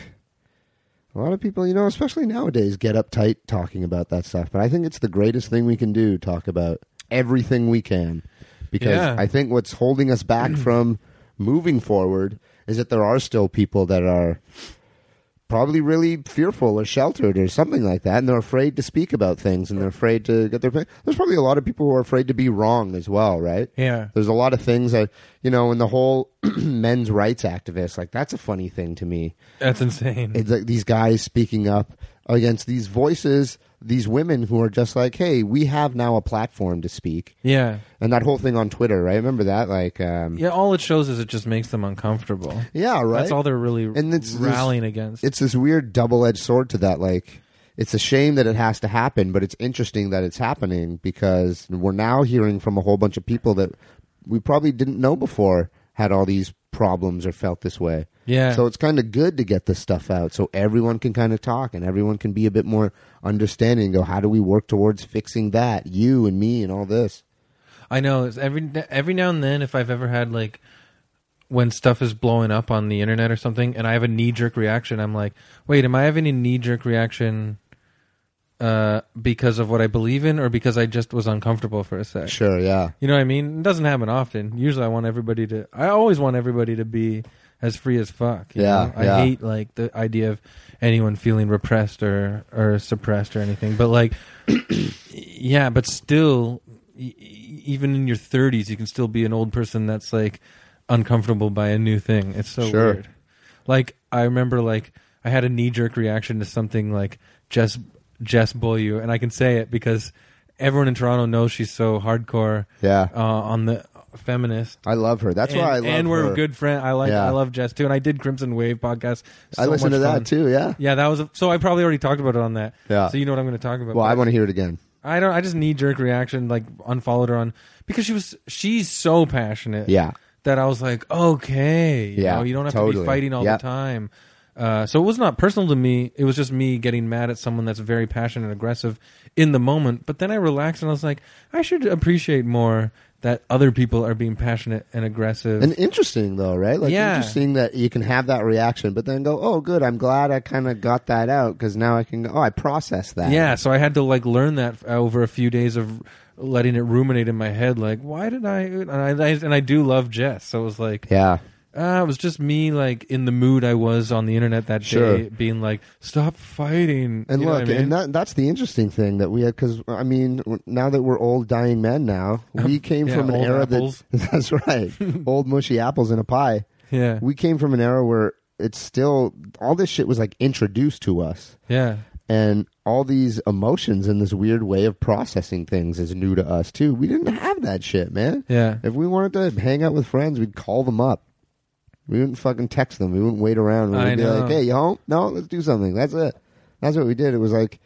Speaker 2: a lot of people, you know, especially nowadays, get uptight talking about that stuff. But I think it's the greatest thing we can do: talk about everything we can, because
Speaker 3: Yeah.
Speaker 2: I think what's holding us back from moving forward is that there are still people that are probably really fearful or sheltered or something like that, and they're afraid to speak about things, and they're afraid to get their. opinion. There's probably a lot of people who are afraid to be wrong as well, right?
Speaker 3: Yeah.
Speaker 2: There's a lot of things that you know, in the whole men's rights activist, like that's a funny thing to me.
Speaker 3: That's insane.
Speaker 2: It's like these guys speaking up against these voices, these women who are just like, "Hey, we have now a platform to speak,"
Speaker 3: yeah.
Speaker 2: and that whole thing on Twitter. Right? Remember that? Like, um, yeah.
Speaker 3: Yeah, all it shows is it just makes them uncomfortable.
Speaker 2: right.
Speaker 3: That's all they're really
Speaker 2: And it's-
Speaker 3: rallying against.
Speaker 2: it's this weird double-edged sword to that. Like, it's a shame that it has to happen, but it's interesting that it's happening because we're now hearing from a whole bunch of people that we probably didn't know before had all these problems or felt this way.
Speaker 3: yeah.
Speaker 2: So it's kind of good to get this stuff out so everyone can kind of talk and everyone can be a bit more understanding and go, how do we work towards fixing that? You and me and all this.
Speaker 3: I know. It's every every now and then, if I've ever had like when stuff is blowing up on the internet or something, and I have a knee jerk reaction, I'm like, wait, am I having a knee jerk reaction uh, because of what I believe in, or because I just was uncomfortable for a sec?
Speaker 2: Sure, yeah.
Speaker 3: You know what I mean? It doesn't happen often. Usually, I want everybody to. I always want everybody to be as free as fuck. you
Speaker 2: Yeah,
Speaker 3: know? I
Speaker 2: yeah.
Speaker 3: hate like the idea of anyone feeling repressed or or suppressed or anything. But like, yeah, but still, e- e- even in your thirties, you can still be an old person that's like uncomfortable by a new thing. It's so
Speaker 2: Sure.
Speaker 3: weird. Like I remember, like I had a knee jerk reaction to something like Jess Jess Bullew, and I can say it because. Everyone in Toronto knows she's so hardcore
Speaker 2: Yeah.
Speaker 3: uh, on the feminist.
Speaker 2: I love her. That's
Speaker 3: and,
Speaker 2: why I love
Speaker 3: and we're
Speaker 2: her.
Speaker 3: good friend. I like
Speaker 2: Yeah.
Speaker 3: I love Jess too, and I did Crimson Wave podcast.
Speaker 2: I
Speaker 3: So
Speaker 2: listen to
Speaker 3: much
Speaker 2: that
Speaker 3: fun.
Speaker 2: too, yeah.
Speaker 3: Yeah, that was a, so. I probably already talked about it on that.
Speaker 2: Yeah.
Speaker 3: So you know what I'm going to talk about.
Speaker 2: Well, I
Speaker 3: but
Speaker 2: want to hear it again.
Speaker 3: I don't. I just knee jerk reaction like unfollowed her on because she was she's so passionate.
Speaker 2: Yeah.
Speaker 3: That I was like, okay, you
Speaker 2: Yeah,
Speaker 3: know, you don't have to
Speaker 2: totally.
Speaker 3: be fighting all
Speaker 2: Yep.
Speaker 3: the time. Uh, so it was not personal to me. It was just me getting mad at someone that's very passionate and aggressive in the moment. But then I relaxed and I was like, I should appreciate more that other people are being passionate and aggressive.
Speaker 2: And interesting though, right? Like
Speaker 3: Yeah.
Speaker 2: interesting that you can have that reaction, but then go, "Oh, good. I'm glad I kind of got that out because now I can go. Oh, I processed that.
Speaker 3: Yeah, so I had to like learn that f- uh, over a few days of letting it ruminate in my head. Like, why did I? And I, I- and I do love Jess, so it was like,
Speaker 2: yeah,
Speaker 3: ah, it was just me, like in the mood I was on the internet that
Speaker 2: Sure.
Speaker 3: day, being like, stop fighting.
Speaker 2: And
Speaker 3: You know
Speaker 2: look,
Speaker 3: what I mean?
Speaker 2: and that, that's the interesting thing that we had because I mean, w- now that we're old dying men now, we came
Speaker 3: Um, yeah,
Speaker 2: from an
Speaker 3: old
Speaker 2: era
Speaker 3: apples.
Speaker 2: that that's right, old mushy apples in a pie.
Speaker 3: yeah,
Speaker 2: We came from an era where it's still all this shit was like introduced to us,
Speaker 3: yeah,
Speaker 2: and all these emotions and this weird way of processing things is new to us too. We didn't have that shit, man.
Speaker 3: yeah,
Speaker 2: If we wanted to hang out with friends, we'd call them up. We wouldn't fucking text them. We wouldn't wait around. We'd
Speaker 3: I
Speaker 2: be
Speaker 3: know.
Speaker 2: like, "Hey, you home? No, let's do something." That's it. That's what we did. It was like,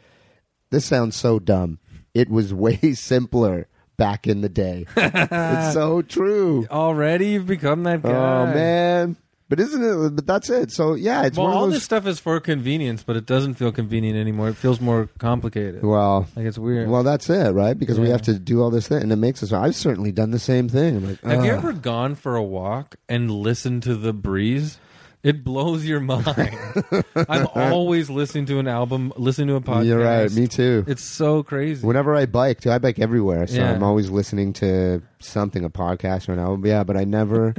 Speaker 2: this sounds so dumb. It was way simpler back in the day. it's so true.
Speaker 3: Already, you've become that guy.
Speaker 2: Oh man, but isn't it? But that's it. So yeah, it's
Speaker 3: Well,
Speaker 2: one
Speaker 3: all
Speaker 2: of
Speaker 3: this
Speaker 2: those.
Speaker 3: stuff is for convenience, but it doesn't feel convenient anymore. It feels more complicated.
Speaker 2: well,
Speaker 3: Like it's weird.
Speaker 2: well, that's it, right? Because we
Speaker 3: Yeah.
Speaker 2: have to do all this thing, and it makes us. I've certainly done the same thing. I'm like,
Speaker 3: Have you
Speaker 2: "Ugh."
Speaker 3: ever gone for a walk and listened to the breeze? It blows your mind. I'm always listening to an album, listening to a podcast.
Speaker 2: You're right. Me too.
Speaker 3: It's so crazy.
Speaker 2: Whenever I bike, too, I bike everywhere, so
Speaker 3: Yeah.
Speaker 2: I'm always listening to something, a podcast or an album. Yeah, but I never.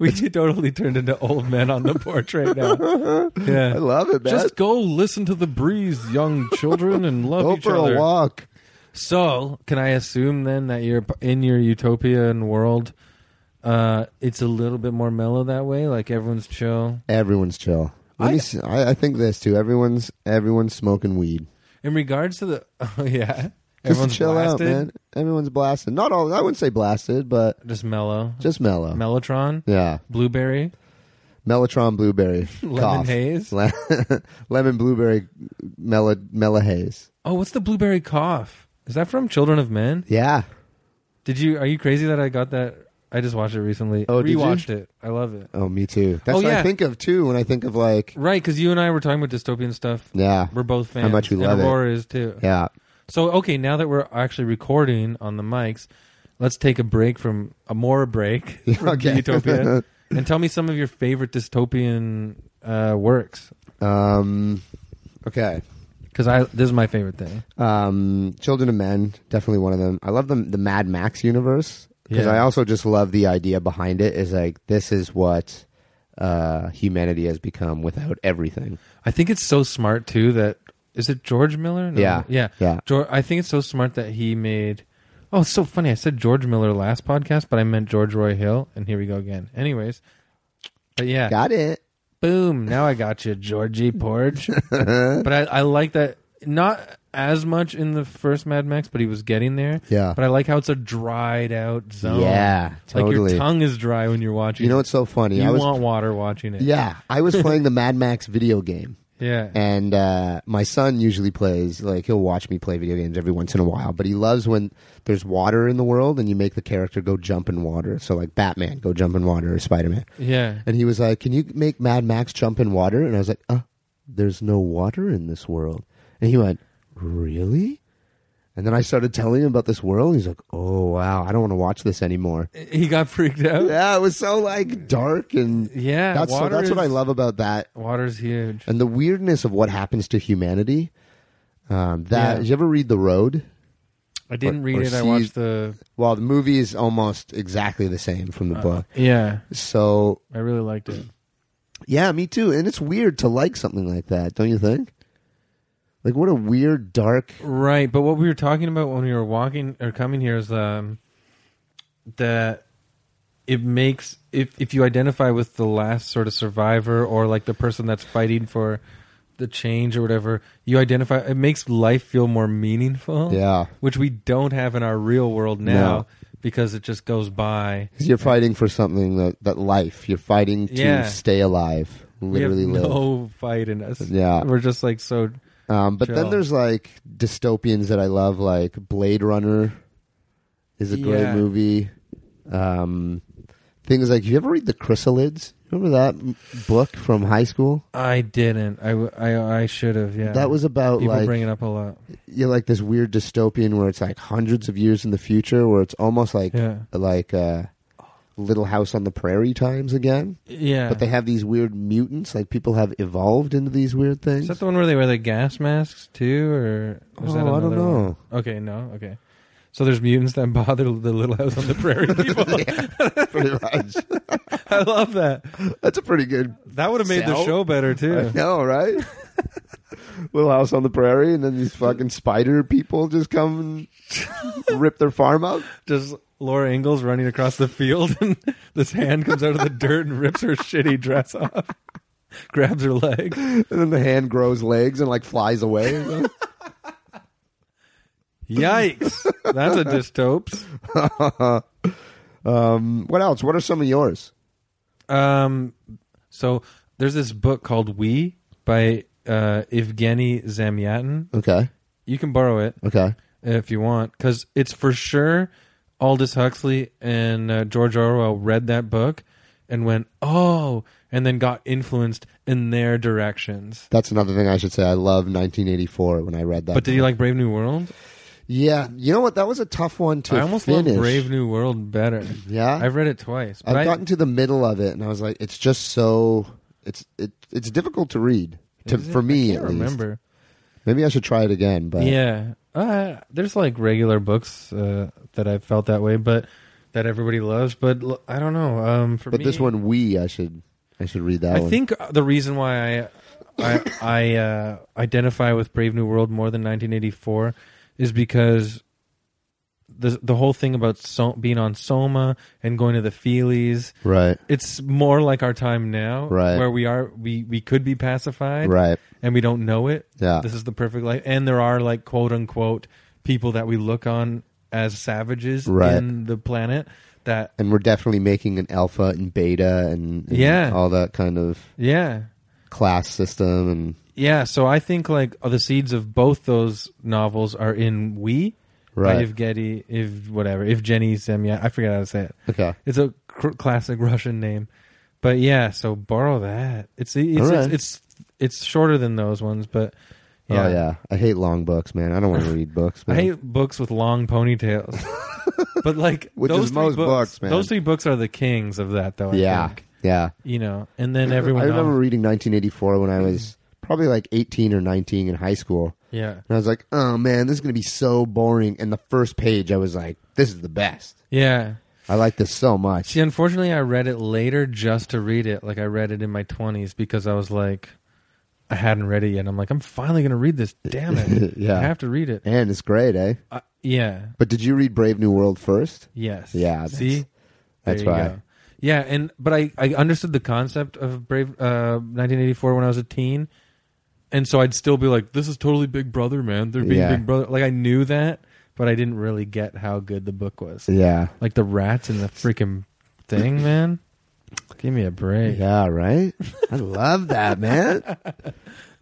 Speaker 3: We totally turned into old men on the porch right now.
Speaker 2: I
Speaker 3: Yeah.
Speaker 2: love it, man.
Speaker 3: Just go listen to the breeze, young children, and love
Speaker 2: go
Speaker 3: each
Speaker 2: for
Speaker 3: other.
Speaker 2: a walk.
Speaker 3: So, can I assume then that you're in your utopia and world? Uh, it's a little bit more mellow that way. Like everyone's chill,
Speaker 2: Everyone's chill. Let
Speaker 3: I-
Speaker 2: me see, I, I think this too. Everyone's everyone's smoking weed.
Speaker 3: In regards to the, oh yeah,
Speaker 2: Just
Speaker 3: everyone's
Speaker 2: chill out,
Speaker 3: blasted,
Speaker 2: man. Everyone's blasted. Not all. I wouldn't say blasted, but
Speaker 3: Just mellow,
Speaker 2: just mellow.
Speaker 3: mellotron,
Speaker 2: yeah,
Speaker 3: blueberry,
Speaker 2: Mellotron blueberry
Speaker 3: lemon
Speaker 2: cough.
Speaker 3: haze.
Speaker 2: Le- lemon blueberry mellow mellow haze.
Speaker 3: Oh, what's the blueberry cough? Is that from Children of Men?
Speaker 2: Yeah,
Speaker 3: Did you? Are you crazy that I got that? I just watched it recently.
Speaker 2: Oh, did you?
Speaker 3: rewatched it. I love it.
Speaker 2: Oh, me too. That's
Speaker 3: Oh,
Speaker 2: what
Speaker 3: yeah.
Speaker 2: I think of too when I think of like
Speaker 3: Right, because you and I were talking about dystopian stuff.
Speaker 2: yeah,
Speaker 3: We're both fans.
Speaker 2: How much we
Speaker 3: and
Speaker 2: love it.
Speaker 3: Aurora is too.
Speaker 2: yeah.
Speaker 3: So okay, now that we're actually recording on the mics, let's take a break from a more break from
Speaker 2: Okay.
Speaker 3: Utopia, and tell me some of your favorite dystopian uh, works.
Speaker 2: Um, okay.
Speaker 3: Because I this is my favorite thing.
Speaker 2: Um, Children of Men, definitely one of them. I love the the Mad Max universe because
Speaker 3: Yeah.
Speaker 2: I also just love the idea behind it. Is like this is what uh, humanity has become without everything.
Speaker 3: I think it's so smart too that is it George Miller? No.
Speaker 2: Yeah.
Speaker 3: yeah,
Speaker 2: Yeah.
Speaker 3: Geor I think it's so smart that he made. Oh, it's so funny. I said George Miller last podcast, but I meant George Roy Hill, and here we go again. Anyways, but yeah,
Speaker 2: Got it.
Speaker 3: boom now i got you georgie porge but I, I like that not as much in the first mad max but he was getting there
Speaker 2: Yeah.
Speaker 3: but i like how it's a dried out zone
Speaker 2: Yeah,
Speaker 3: like
Speaker 2: totally.
Speaker 3: your tongue is dry when you're watching
Speaker 2: You know
Speaker 3: it.
Speaker 2: what's so funny?
Speaker 3: you
Speaker 2: I was
Speaker 3: want water watching it
Speaker 2: yeah, I was playing the Mad Max video game.
Speaker 3: yeah
Speaker 2: and uh, my son usually plays like he'll watch me play video games every once in a while but he loves when there's water in the world and you make the character go jump in water so like batman go jump in water or spider-man
Speaker 3: yeah
Speaker 2: and he was like can you make mad max jump in water and i was like uh, there's no water in this world and he went really and then i started telling him about this world and he's like oh wow i don't want to watch this anymore
Speaker 3: he got freaked out
Speaker 2: yeah it was so like dark and
Speaker 3: Yeah,
Speaker 2: that's, so,
Speaker 3: water
Speaker 2: that's what i
Speaker 3: is-
Speaker 2: love about that
Speaker 3: water's huge
Speaker 2: and the weirdness of what happens to humanity. Um, that
Speaker 3: Yeah.
Speaker 2: did you ever read The Road?
Speaker 3: i didn't
Speaker 2: or
Speaker 3: read it i
Speaker 2: seas-
Speaker 3: watched the
Speaker 2: Well, the movie is almost exactly the same from
Speaker 3: Uh-huh.
Speaker 2: the book.
Speaker 3: uh, yeah
Speaker 2: So
Speaker 3: i really liked it
Speaker 2: yeah, me too. And it's weird to like something like that, don't you think? Like what a weird dark.
Speaker 3: Right, but what we were talking about when we were walking or coming here is um, that it makes if if you identify with the last sort of survivor or like the person that's fighting for the change or whatever, you identify. It makes life feel more meaningful.
Speaker 2: Yeah,
Speaker 3: which we don't have in our real world
Speaker 2: No.
Speaker 3: now because it just goes by.
Speaker 2: 'Cause you're fighting for something that that life. You're fighting to
Speaker 3: Yeah.
Speaker 2: stay alive, literally
Speaker 3: we have
Speaker 2: live.
Speaker 3: no fight in us.
Speaker 2: Yeah.
Speaker 3: we're just like so.
Speaker 2: Um, but
Speaker 3: Chill.
Speaker 2: then there's like dystopians that I love, like Blade Runner is a great
Speaker 3: Yeah.
Speaker 2: movie. Um, things like you ever read the Chrysalids? Remember that m- book from high school?
Speaker 3: I didn't. I w- I I should have. Yeah,
Speaker 2: That was about
Speaker 3: people
Speaker 2: like
Speaker 3: bring it up a lot.
Speaker 2: you're like this weird dystopian where it's like hundreds of years in the future, where it's almost like
Speaker 3: Yeah,
Speaker 2: like uh, Little House on the Prairie times again.
Speaker 3: yeah.
Speaker 2: But they have these weird mutants, like people have evolved into these weird
Speaker 3: Is
Speaker 2: things.
Speaker 3: that the one where they wear the gas masks too, or is that
Speaker 2: oh, I don't
Speaker 3: another one?
Speaker 2: know.
Speaker 3: Okay, no, okay. So there's mutants that bother the Little House on the Prairie people.
Speaker 2: pretty much.
Speaker 3: I love that.
Speaker 2: That's a pretty good
Speaker 3: That would have made the
Speaker 2: Sal?
Speaker 3: show better
Speaker 2: I
Speaker 3: too.
Speaker 2: know, right? Little house on the prairie, and then these fucking spider people just come and rip their farm up.
Speaker 3: Just Laura Ingalls running across the field, and this hand comes out of the dirt and rips her shitty dress off, grabs her leg.
Speaker 2: And then the hand grows legs and like flies away.
Speaker 3: Yikes! That's a dystopes.
Speaker 2: um, what else? What are some of yours?
Speaker 3: Um, so there's this book called We by uh, Evgeny Zamyatin.
Speaker 2: Okay,
Speaker 3: You can borrow it.
Speaker 2: okay,
Speaker 3: if you want, because it's for sure Aldous Huxley and uh, George Orwell read that book and went, oh, and then got influenced in their directions.
Speaker 2: that's another thing I should say. I love 1984 when I read that.
Speaker 3: But did you like Brave New World?
Speaker 2: Yeah, you know what? That was a tough one to
Speaker 3: I almost
Speaker 2: finish.
Speaker 3: love Brave New World better.
Speaker 2: Yeah,
Speaker 3: I've read it twice. But
Speaker 2: I've
Speaker 3: I,
Speaker 2: gotten to the middle of it, and I was like, it's just so It's it it's difficult to read to,
Speaker 3: Is it?
Speaker 2: for me
Speaker 3: I can't
Speaker 2: at least.
Speaker 3: remember.
Speaker 2: Maybe I should try it again. But
Speaker 3: Yeah, uh, there's like regular books uh, that I felt that way, but that everybody loves. But l- I don't know. Um, for
Speaker 2: but
Speaker 3: me,
Speaker 2: this one, we I should I should read that
Speaker 3: I
Speaker 2: one.
Speaker 3: think uh, the reason why I I, I uh, identify with Brave New World more than 1984 is because the the whole thing about so, being on Soma and going to the Feelies,
Speaker 2: right,
Speaker 3: it's more like our time now,
Speaker 2: Right.
Speaker 3: Where we are, we we could be pacified,
Speaker 2: right, Uh.
Speaker 3: And we don't know it.
Speaker 2: yeah,
Speaker 3: This is the perfect life, and there are like quote unquote people that we look on as savages
Speaker 2: Right.
Speaker 3: in the planet that
Speaker 2: and we're definitely making an alpha and beta and, and
Speaker 3: Yeah.
Speaker 2: all that kind of
Speaker 3: yeah
Speaker 2: class system and
Speaker 3: Yeah, so I think like the seeds of both those novels are in We by
Speaker 2: right.
Speaker 3: If Getty, if whatever, if Jenny Semya. I forgot how to say it.
Speaker 2: Okay,
Speaker 3: It's a cr- classic Russian name, but yeah. So borrow that. It's it's
Speaker 2: All
Speaker 3: it's,
Speaker 2: right.
Speaker 3: it's it's shorter than those ones, but yeah.
Speaker 2: oh yeah, I hate long books, man. I don't want to read books.
Speaker 3: I
Speaker 2: Man.
Speaker 3: hate books with long ponytails, but like
Speaker 2: Which
Speaker 3: those
Speaker 2: is
Speaker 3: three
Speaker 2: most
Speaker 3: books,
Speaker 2: books, man.
Speaker 3: Those three books are the kings of that, though. I
Speaker 2: yeah,
Speaker 3: think.
Speaker 2: yeah.
Speaker 3: you know, and then everyone.
Speaker 2: I remember
Speaker 3: else.
Speaker 2: reading 1984 when I was probably like 18 or 19 in high school.
Speaker 3: Yeah,
Speaker 2: And I was like, oh man, this is going to be so boring. And the first page, I was like, this is the best.
Speaker 3: yeah.
Speaker 2: I like this so much.
Speaker 3: See, unfortunately, I read it later just to read it. Like I read it in my twenties because I was like, I hadn't read it yet. I'm like, I'm finally gonna read this. Damn it!
Speaker 2: Yeah.
Speaker 3: I have to read it.
Speaker 2: And it's great, eh?
Speaker 3: Uh, yeah.
Speaker 2: But did you read Brave New World first?
Speaker 3: Yes.
Speaker 2: Yeah, that's-
Speaker 3: See,
Speaker 2: that's
Speaker 3: There you
Speaker 2: why.
Speaker 3: go. Yeah, and but I I understood the concept of Brave uh, 1984 when I was a teen, and so I'd still be like, this is totally Big Brother, man. They're being
Speaker 2: Yeah.
Speaker 3: Big Brother. Like I knew that, but I didn't really get how good the book was.
Speaker 2: Yeah.
Speaker 3: Like the rats and the freaking thing, man. Give me a break.
Speaker 2: Yeah, right? I love that, man.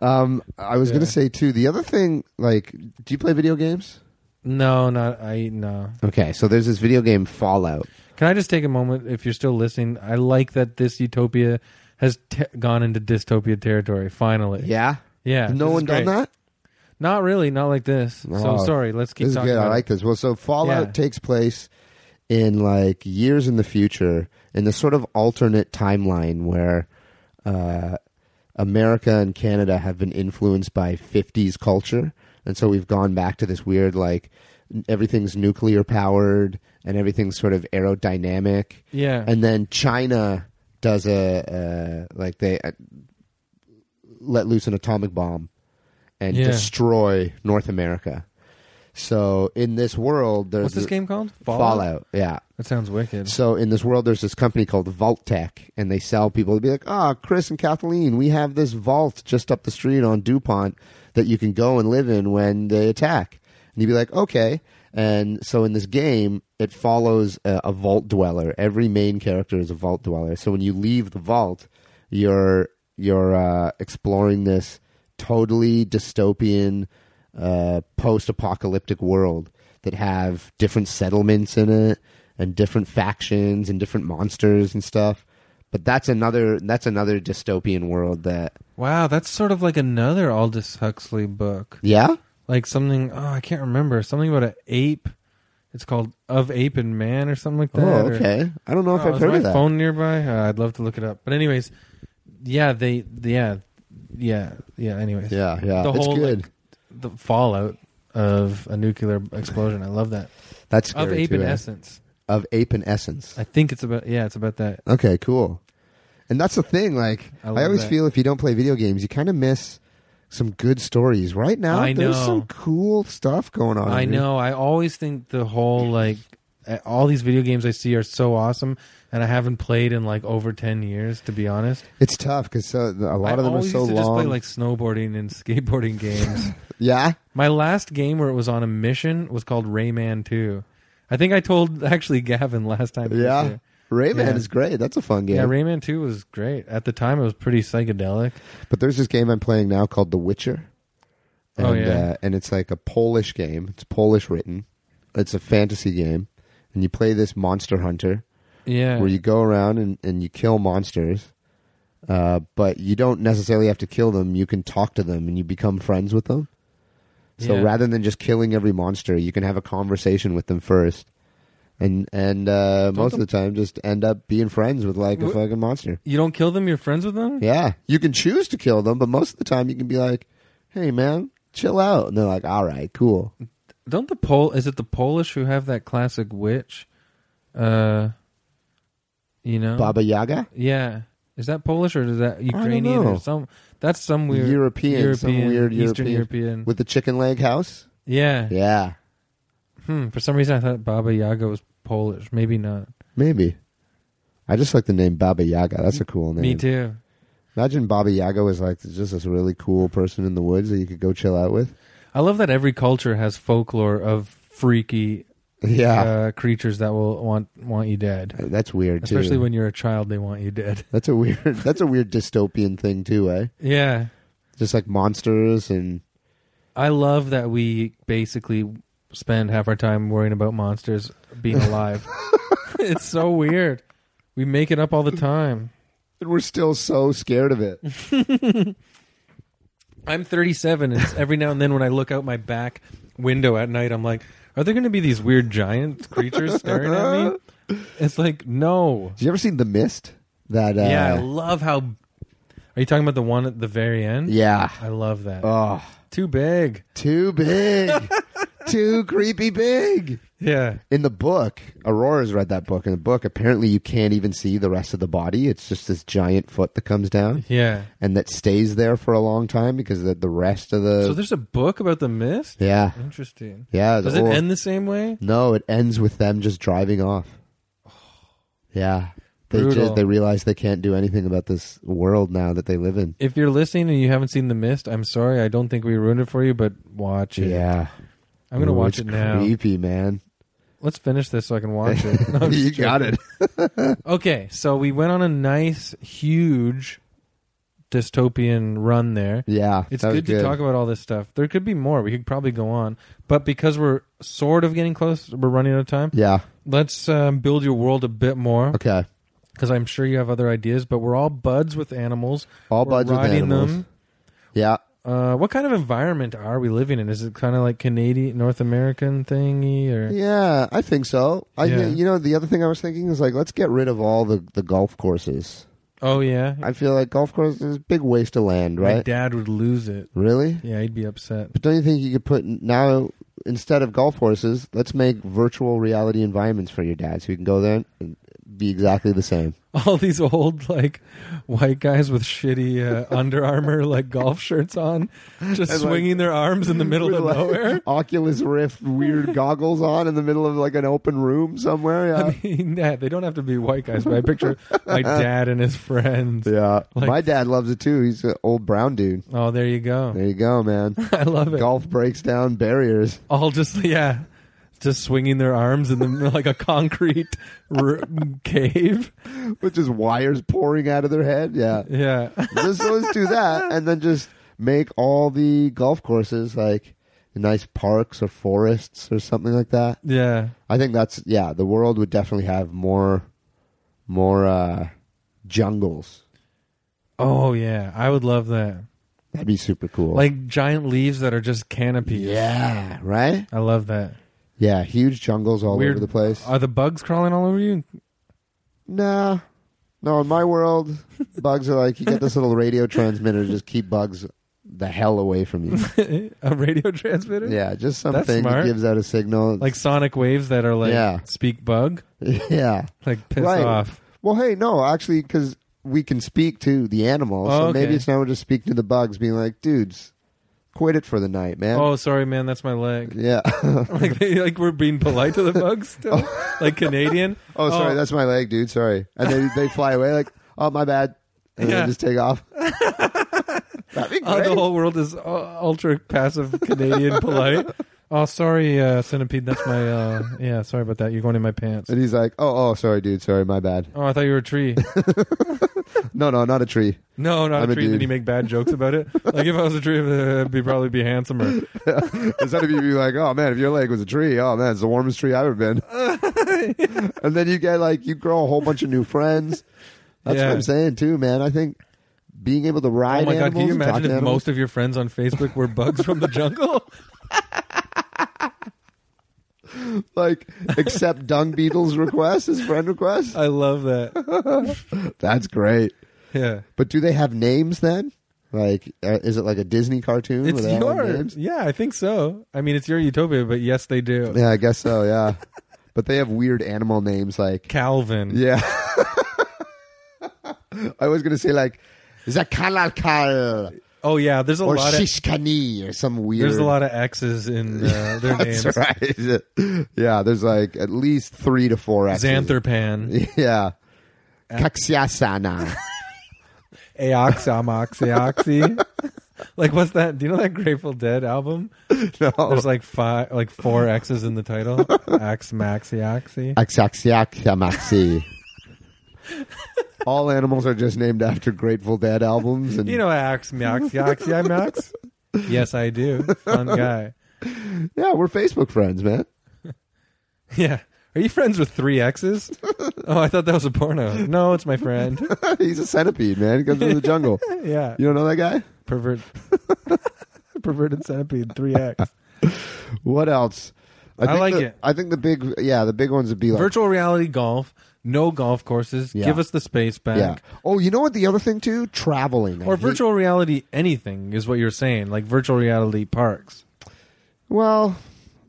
Speaker 2: Um, I was going
Speaker 3: Yeah.
Speaker 2: to say, too, the other thing, like, do you play video games?
Speaker 3: No, not I. No.
Speaker 2: Okay, so there's this video game Fallout.
Speaker 3: Can I just take a moment? If you're still listening, I like that this utopia has te- gone into dystopia territory. Finally,
Speaker 2: Yeah?
Speaker 3: yeah.
Speaker 2: no
Speaker 3: this
Speaker 2: one
Speaker 3: is great.
Speaker 2: done that?
Speaker 3: Not really. Not like this.
Speaker 2: No.
Speaker 3: So sorry. Let's keep
Speaker 2: this
Speaker 3: talking.
Speaker 2: is good. I
Speaker 3: about
Speaker 2: like
Speaker 3: it.
Speaker 2: this. Well, so Fallout
Speaker 3: Yeah.
Speaker 2: takes place in like years in the future in this sort of alternate timeline where uh, America and Canada have been influenced by 50s culture. And so we've gone back to this weird like n- everything's nuclear powered and everything's sort of aerodynamic
Speaker 3: Yeah.
Speaker 2: and then China does a uh, like they uh, let loose an atomic bomb and
Speaker 3: Yeah.
Speaker 2: destroy North America. So in this world, there's
Speaker 3: What's this
Speaker 2: th-
Speaker 3: game called?
Speaker 2: Fallout? Yeah.
Speaker 3: That sounds wicked.
Speaker 2: So in this world, there's this company called Vault Tech, and they sell people to be like, "Ah, Chris and Kathleen, we have this vault just up the street on Dupont that you can go and live in when they attack." And you'd be like, "Okay." And so in this game, it follows a, a vault dweller. Every main character is a vault dweller. So when you leave the vault, you're you're uh, exploring this totally dystopian uh, post-apocalyptic world that have different settlements in it and different factions and different monsters and stuff. But that's another that's another dystopian world that
Speaker 3: Wow, that's sort of like another Aldous Huxley book.
Speaker 2: yeah
Speaker 3: Like something. Oh, I can't remember. Something about an ape. It's called Of Ape and Man or something like that.
Speaker 2: oh
Speaker 3: or-
Speaker 2: okay I don't know if
Speaker 3: Oh,
Speaker 2: I've
Speaker 3: is
Speaker 2: heard
Speaker 3: my
Speaker 2: of that
Speaker 3: phone nearby? Uh, I'd love to look it up. But anyways, yeah, they, yeah, yeah, yeah. Anyways,
Speaker 2: yeah yeah
Speaker 3: The
Speaker 2: it's
Speaker 3: whole,
Speaker 2: good
Speaker 3: the fallout of a nuclear explosion. I love that.
Speaker 2: that's
Speaker 3: Of
Speaker 2: scary
Speaker 3: ape
Speaker 2: too,
Speaker 3: and
Speaker 2: eh?
Speaker 3: essence.
Speaker 2: of ape and essence
Speaker 3: I think it's about yeah, it's about that.
Speaker 2: okay cool and that's the thing like
Speaker 3: I
Speaker 2: I,
Speaker 3: love
Speaker 2: always
Speaker 3: that.
Speaker 2: feel if you don't play video games you kind of miss some good stories right now
Speaker 3: I
Speaker 2: there's
Speaker 3: know.
Speaker 2: some cool stuff going on
Speaker 3: I
Speaker 2: dude.
Speaker 3: know. I always think the whole like uh, all these video games I see are so awesome, and I haven't played in like over ten years to be honest.
Speaker 2: it's tough because so, a lot
Speaker 3: I
Speaker 2: of them are
Speaker 3: always
Speaker 2: so
Speaker 3: used to just play
Speaker 2: long
Speaker 3: like snowboarding and skateboarding games.
Speaker 2: yeah
Speaker 3: My last game where it was on a mission was called Rayman 2. I think I told actually Gavin last time. he was
Speaker 2: yeah
Speaker 3: here.
Speaker 2: Rayman
Speaker 3: Yeah.
Speaker 2: is great that's a fun game
Speaker 3: Yeah, Rayman 2 was great. At the time, it was pretty psychedelic.
Speaker 2: But there's this game I'm playing now called The Witcher. And,
Speaker 3: Oh, yeah.
Speaker 2: Uh, and it's like a Polish game. It's Polish written. It's a fantasy game. And you play this monster hunter
Speaker 3: Yeah.
Speaker 2: where you go around and, and you kill monsters. Uh, but you don't necessarily have to kill them. You can talk to them and you become friends with them. So
Speaker 3: Yeah.
Speaker 2: rather than just killing every monster, you can have a conversation with them first. and and uh, most of
Speaker 3: them-
Speaker 2: the time just end up being friends with like a
Speaker 3: Wh-
Speaker 2: fucking monster.
Speaker 3: You don't kill them. You're friends with them.
Speaker 2: Yeah, you can choose to kill them, but most of the time you can be like, "Hey, man, chill out," and they're like, "All right, cool."
Speaker 3: Oh. Don't the Pol? Is it the Polish who have that classic witch? Uh, you know,
Speaker 2: Baba Yaga,
Speaker 3: Yeah, is that Polish or is that
Speaker 2: don't
Speaker 3: Ukrainian
Speaker 2: know.
Speaker 3: or some? That's some weird
Speaker 2: European, some weird
Speaker 3: Eastern
Speaker 2: European.
Speaker 3: European.
Speaker 2: with the chicken leg house.
Speaker 3: yeah.
Speaker 2: Yeah,
Speaker 3: Hmm. For some reason, I thought Baba Yaga was Polish. Maybe not.
Speaker 2: maybe. I just like the name Baba Yaga. That's a cool name.
Speaker 3: Mm. Me too.
Speaker 2: Imagine Baba Yaga was like just this really cool person in the woods that you could go chill out with.
Speaker 3: I love that every culture has folklore of freaky
Speaker 2: Yeah,
Speaker 3: uh, creatures that will want want you dead.
Speaker 2: that's weird. too.
Speaker 3: Especially when you're a child, they want you dead.
Speaker 2: that's a weird that's a weird dystopian thing too, eh?
Speaker 3: Yeah,
Speaker 2: Just like monsters and
Speaker 3: I love that we basically spend half our time worrying about monsters being alive. it's so weird. We make it up all the time.
Speaker 2: and we're still so scared of it.
Speaker 3: I'm 37, and every now and then when I look out my back window at night, I'm like, are there going to be these weird giant creatures staring at me? It's like, no.
Speaker 2: Did you ever see The Mist? That uh,
Speaker 3: yeah, I love how. Are you talking about the one at the very end?
Speaker 2: yeah.
Speaker 3: I love that.
Speaker 2: Oh,
Speaker 3: Too big.
Speaker 2: too big, too creepy big.
Speaker 3: Yeah.
Speaker 2: In the book, Aurora's read that book. In the book, apparently you can't even see the rest of the body. It's just this giant foot that comes down
Speaker 3: Yeah.
Speaker 2: and that stays there for a long time because the, the rest of the
Speaker 3: So there's a book about the mist?
Speaker 2: yeah
Speaker 3: Interesting.
Speaker 2: Uh, yeah.
Speaker 3: Does
Speaker 2: the
Speaker 3: it
Speaker 2: whole-
Speaker 3: end the same way?
Speaker 2: No, it ends with them just driving off. Yeah. They
Speaker 3: Brutal.
Speaker 2: just, they realize they can't do anything about this world now that they live in.
Speaker 3: If you're listening and you haven't seen The Mist, I'm sorry. I don't think we ruined it for you, but watch it.
Speaker 2: Yeah.
Speaker 3: I'm going to
Speaker 2: Ooh,
Speaker 3: watch it
Speaker 2: it's
Speaker 3: now.
Speaker 2: Creepy, man.
Speaker 3: Let's finish this so I can watch it. No, I'm just
Speaker 2: you
Speaker 3: joking.
Speaker 2: got it.
Speaker 3: Okay, so we went on a nice, huge dystopian run there.
Speaker 2: Yeah.
Speaker 3: It's
Speaker 2: that was
Speaker 3: good, to talk about all this stuff. There could be more. We could probably go on, but because we're sort of getting close, we're running out of time.
Speaker 2: Yeah.
Speaker 3: Let's um, build your world a bit more
Speaker 2: Okay.
Speaker 3: because I'm sure you have other ideas. But we're all buds with animals.
Speaker 2: All
Speaker 3: We're
Speaker 2: buds with
Speaker 3: riding
Speaker 2: animals.
Speaker 3: them.
Speaker 2: Yeah.
Speaker 3: Uh, what kind of environment are we living in? Is it kind of like Canadian, North American thingy, or
Speaker 2: Yeah. I think so. I,
Speaker 3: Yeah.
Speaker 2: You know, the other thing I was thinking is like, let's get rid of all the, the golf courses.
Speaker 3: oh yeah,
Speaker 2: I feel like golf courses is a big waste of land,
Speaker 3: my
Speaker 2: right?
Speaker 3: dad would lose it.
Speaker 2: Really?
Speaker 3: Yeah, he'd be upset.
Speaker 2: But don't you think you could put now instead of golf horses, let's make virtual reality environments for your dad so you can go there and be exactly the same.
Speaker 3: all these old like white guys with shitty uh, Under Armour like golf shirts on, just
Speaker 2: And, like,
Speaker 3: swinging their arms in the middle of
Speaker 2: With, like,
Speaker 3: nowhere.
Speaker 2: Oculus Rift weird goggles on in the middle of like an open room somewhere. Yeah.
Speaker 3: I mean, yeah, they don't have to be white guys, but I picture my dad and his friends.
Speaker 2: yeah.
Speaker 3: like-
Speaker 2: My dad loves it too. He's an old brown dude.
Speaker 3: Oh, there you go.
Speaker 2: There you go, man.
Speaker 3: I love it.
Speaker 2: golf breaks down barriers.
Speaker 3: All just yeah, just swinging their arms in the like a concrete r- cave.
Speaker 2: With just wires pouring out of their head. Yeah.
Speaker 3: Yeah,
Speaker 2: just let's do that and then just make all the golf courses like nice parks or forests or something like that.
Speaker 3: yeah.
Speaker 2: I think that's yeah, the world would definitely have more more uh jungles.
Speaker 3: Oh yeah, I would love that.
Speaker 2: That'd be super cool.
Speaker 3: Like giant leaves that are just canopies.
Speaker 2: yeah, right?
Speaker 3: I love that.
Speaker 2: Yeah, huge jungles all
Speaker 3: Weird-
Speaker 2: over the place.
Speaker 3: Are the bugs crawling all over you?
Speaker 2: nah. No, in my world, bugs are like you get this little radio transmitter to just keep bugs the hell away from you.
Speaker 3: a radio transmitter?
Speaker 2: Yeah, just something that
Speaker 3: smart.
Speaker 2: gives out a signal.
Speaker 3: Like sonic waves that are like
Speaker 2: Yeah.
Speaker 3: speak bug,
Speaker 2: yeah.
Speaker 3: like piss
Speaker 2: Right.
Speaker 3: off.
Speaker 2: Well, hey, no, actually, because we can speak to the animal, so
Speaker 3: Oh, okay.
Speaker 2: maybe it's not we're just speaking to the bugs, being like, dudes, quit it for the night, man.
Speaker 3: Oh, sorry, man, that's my leg.
Speaker 2: Yeah. oh,
Speaker 3: Like they, like we're being polite to the bugs still, like Canadian.
Speaker 2: sorry,
Speaker 3: Oh.
Speaker 2: that's my leg, dude. Sorry. And they they fly away like, oh my bad, and
Speaker 3: Yeah.
Speaker 2: they just take off. That'd be
Speaker 3: Oh,
Speaker 2: great.
Speaker 3: the whole world is uh, ultra passive Canadian polite. Oh, sorry, uh, centipede. That's my uh, yeah. Sorry about that. You're going in my pants.
Speaker 2: and he's like, oh oh, sorry, dude. Sorry, my bad.
Speaker 3: Oh, I thought you were a tree.
Speaker 2: No, no, not a tree.
Speaker 3: No, not
Speaker 2: I'm
Speaker 3: a
Speaker 2: a
Speaker 3: tree. Did
Speaker 2: dude.
Speaker 3: he make bad jokes about it? Like if I was a tree, I'd uh, be probably be handsomer.
Speaker 2: Instead of you be like, oh man, if your leg was a tree, oh man, it's the warmest tree I've ever been. and then you get like you grow a whole bunch of new friends. That's
Speaker 3: Yeah.
Speaker 2: what I'm saying too, man. I think being able to ride
Speaker 3: Oh my god!
Speaker 2: animals
Speaker 3: Can you
Speaker 2: and talk
Speaker 3: imagine
Speaker 2: to
Speaker 3: if
Speaker 2: animals-
Speaker 3: most of your friends on Facebook were bugs from the jungle?
Speaker 2: like accept Dung Beetle's request, his friend request.
Speaker 3: I love that.
Speaker 2: That's great.
Speaker 3: Yeah.
Speaker 2: But do they have names then? Like, uh, is it like a Disney cartoon?
Speaker 3: It's
Speaker 2: where they all have
Speaker 3: yours.
Speaker 2: names?
Speaker 3: Yeah, I think so. I mean, it's your utopia, but yes, they do.
Speaker 2: Yeah, I guess so. Yeah, but they have weird animal names like
Speaker 3: Calvin.
Speaker 2: yeah. I was gonna say like Zakalalkal
Speaker 3: Oh yeah, there's a
Speaker 2: or
Speaker 3: lot of
Speaker 2: Shishkani or some weird.
Speaker 3: there's a lot of X's in uh, their names.
Speaker 2: That's right. yeah, there's like at least three to four. X's.
Speaker 3: Xantherpan,
Speaker 2: Yeah. Kaxiasana.
Speaker 3: Aox, Amox, Aoxy. like what's that? Do you know that Grateful Dead album?
Speaker 2: no.
Speaker 3: There's like five, like four X's in the title. Ax, Max, Aoxy.
Speaker 2: Axaxiaxamaxi. All animals are just named after Grateful Dead albums, and
Speaker 3: You know Ax, Max, Aoxy, I Max. Yes, I do. Fun guy.
Speaker 2: yeah, we're Facebook friends, man.
Speaker 3: Yeah. Are you friends with three X's? Oh, I thought that was a porno. No, it's my friend.
Speaker 2: He's a centipede, man. He comes from the jungle.
Speaker 3: Yeah.
Speaker 2: You don't know that guy?
Speaker 3: Pervert. Perverted centipede, three X.
Speaker 2: What else?
Speaker 3: I like
Speaker 2: the-
Speaker 3: it.
Speaker 2: I think the big, yeah, the big ones would be like,
Speaker 3: Virtual reality golf. No golf courses.
Speaker 2: Yeah.
Speaker 3: Give us the space back.
Speaker 2: yeah. Oh, you know what? The other thing too, traveling I
Speaker 3: Or
Speaker 2: hate-
Speaker 3: virtual reality anything is what you're saying, like virtual reality parks.
Speaker 2: Well,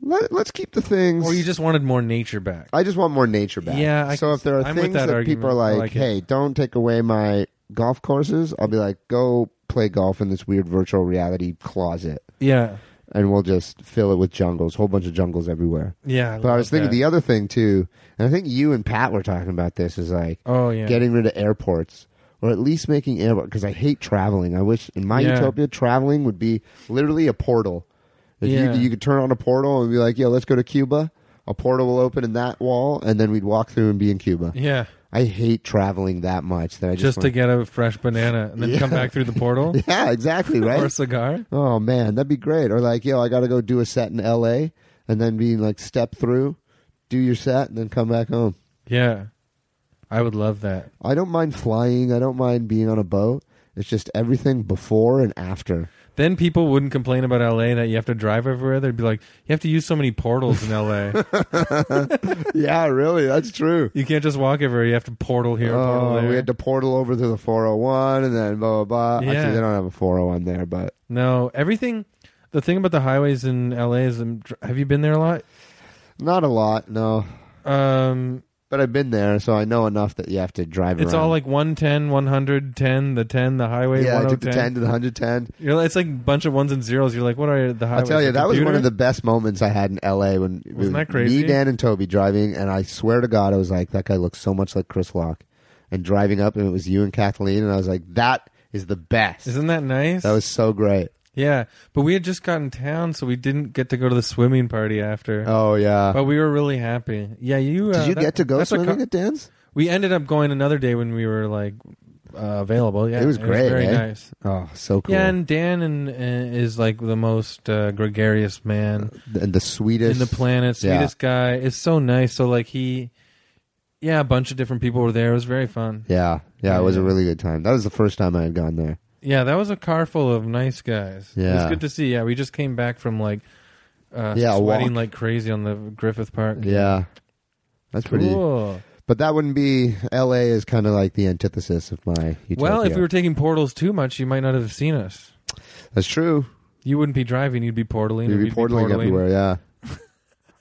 Speaker 2: let, let's keep the things.
Speaker 3: Or you just wanted more nature back.
Speaker 2: I just want more nature back.
Speaker 3: Yeah, I
Speaker 2: so
Speaker 3: can-
Speaker 2: if there are
Speaker 3: I'm with
Speaker 2: things
Speaker 3: that
Speaker 2: that, people
Speaker 3: argument.
Speaker 2: are
Speaker 3: I
Speaker 2: like,
Speaker 3: like it.
Speaker 2: "Hey, don't take away my golf courses," I'll be like, "Go play golf in this weird virtual reality closet,
Speaker 3: Yeah.
Speaker 2: and we'll just fill it with jungles, whole bunch of jungles everywhere."
Speaker 3: Yeah.
Speaker 2: But I was
Speaker 3: love
Speaker 2: thinking
Speaker 3: that.
Speaker 2: the other thing too, and I think you and Pat were talking about this is like
Speaker 3: Oh yeah.
Speaker 2: getting rid of airports. Or at least making airport because I hate traveling. I wish in my
Speaker 3: Yeah.
Speaker 2: utopia traveling would be literally a portal. If
Speaker 3: Yeah.
Speaker 2: you, you could turn on a portal and be like, "Yo, let's go to Cuba." A portal will open in that wall, and then we'd walk through and be in Cuba.
Speaker 3: yeah.
Speaker 2: I hate traveling that much that I just,
Speaker 3: Just to get a fresh banana and then come back through the portal
Speaker 2: to yeah, exactly
Speaker 3: or a
Speaker 2: right.
Speaker 3: cigar.
Speaker 2: oh man, that'd be great. Or like, yo, I got to go do a set in L.A. and then being like step through, do your set, and then come back home.
Speaker 3: Yeah. I would love that.
Speaker 2: I don't mind flying. I don't mind being on a boat. It's just everything before and after.
Speaker 3: Then people wouldn't complain about LA that you have to drive everywhere. They'd be like, you have to use so many portals in LA.
Speaker 2: yeah, really, that's true.
Speaker 3: you can't just walk everywhere. You have to portal here, portal
Speaker 2: Oh,
Speaker 3: there.
Speaker 2: we had to portal over to the 401 and then blah blah blah.
Speaker 3: Yeah.
Speaker 2: Actually, they don't have a 401 there, but
Speaker 3: no, everything. The thing about the highways in LA is, um, dr- have you been there a lot?
Speaker 2: not a lot, no.
Speaker 3: Um,
Speaker 2: But I've been there, so I know enough that you have to drive
Speaker 3: it's
Speaker 2: around.
Speaker 3: all like 110, 110, the 10, the highway,
Speaker 2: yeah, I took the
Speaker 3: 110.
Speaker 2: 10 to the 110.
Speaker 3: You're like, it's like a bunch of ones and zeros. You're like, what are the highways?
Speaker 2: I'll tell you,
Speaker 3: a
Speaker 2: that was one
Speaker 3: computer?
Speaker 2: of the best moments I had in LA when it was
Speaker 3: Wasn't that crazy?
Speaker 2: me, Dan, and Toby driving, and I swear to God, I was like, that guy looks so much like Chris Locke. And driving up, and it was you and Kathleen, and I was like, that is the best.
Speaker 3: Isn't that nice?
Speaker 2: that was so great.
Speaker 3: yeah, but we had just gotten town, so we didn't get to go to the swimming party after.
Speaker 2: Oh yeah.
Speaker 3: But we were really happy. Yeah, you. Uh,
Speaker 2: Did you
Speaker 3: that-
Speaker 2: get to go
Speaker 3: that's what
Speaker 2: swimming
Speaker 3: co-
Speaker 2: at Dan's?
Speaker 3: we ended up going another day when we were like uh, available. Yeah,
Speaker 2: It was great,
Speaker 3: very
Speaker 2: eh?
Speaker 3: nice.
Speaker 2: Oh, so cool.
Speaker 3: Yeah, and Dan and, uh, is like the most uh, gregarious man
Speaker 2: and the sweetest.
Speaker 3: in the planet.
Speaker 2: Uh, yeah.
Speaker 3: Sweetest guy. It's so nice. So like he, yeah, a bunch of different people were there. It was very fun.
Speaker 2: Yeah, yeah, it was a
Speaker 3: Yeah.
Speaker 2: really good time. That was the first time I had gone there.
Speaker 3: Yeah, that was a car full of nice guys. it was
Speaker 2: Yeah.
Speaker 3: good to see. Yeah, we just came back from like uh,
Speaker 2: Yeah, a
Speaker 3: sweating
Speaker 2: walk.
Speaker 3: like crazy on the Griffith Park.
Speaker 2: Yeah, that's pretty.
Speaker 3: cool.
Speaker 2: But that wouldn't be. L.A. is kind of like the antithesis of my. Utopia.
Speaker 3: Well, if we were taking portals too much, you might not have seen us.
Speaker 2: that's true.
Speaker 3: You wouldn't be driving; you'd be portaling.
Speaker 2: We'd
Speaker 3: and
Speaker 2: be portaling everywhere. Yeah,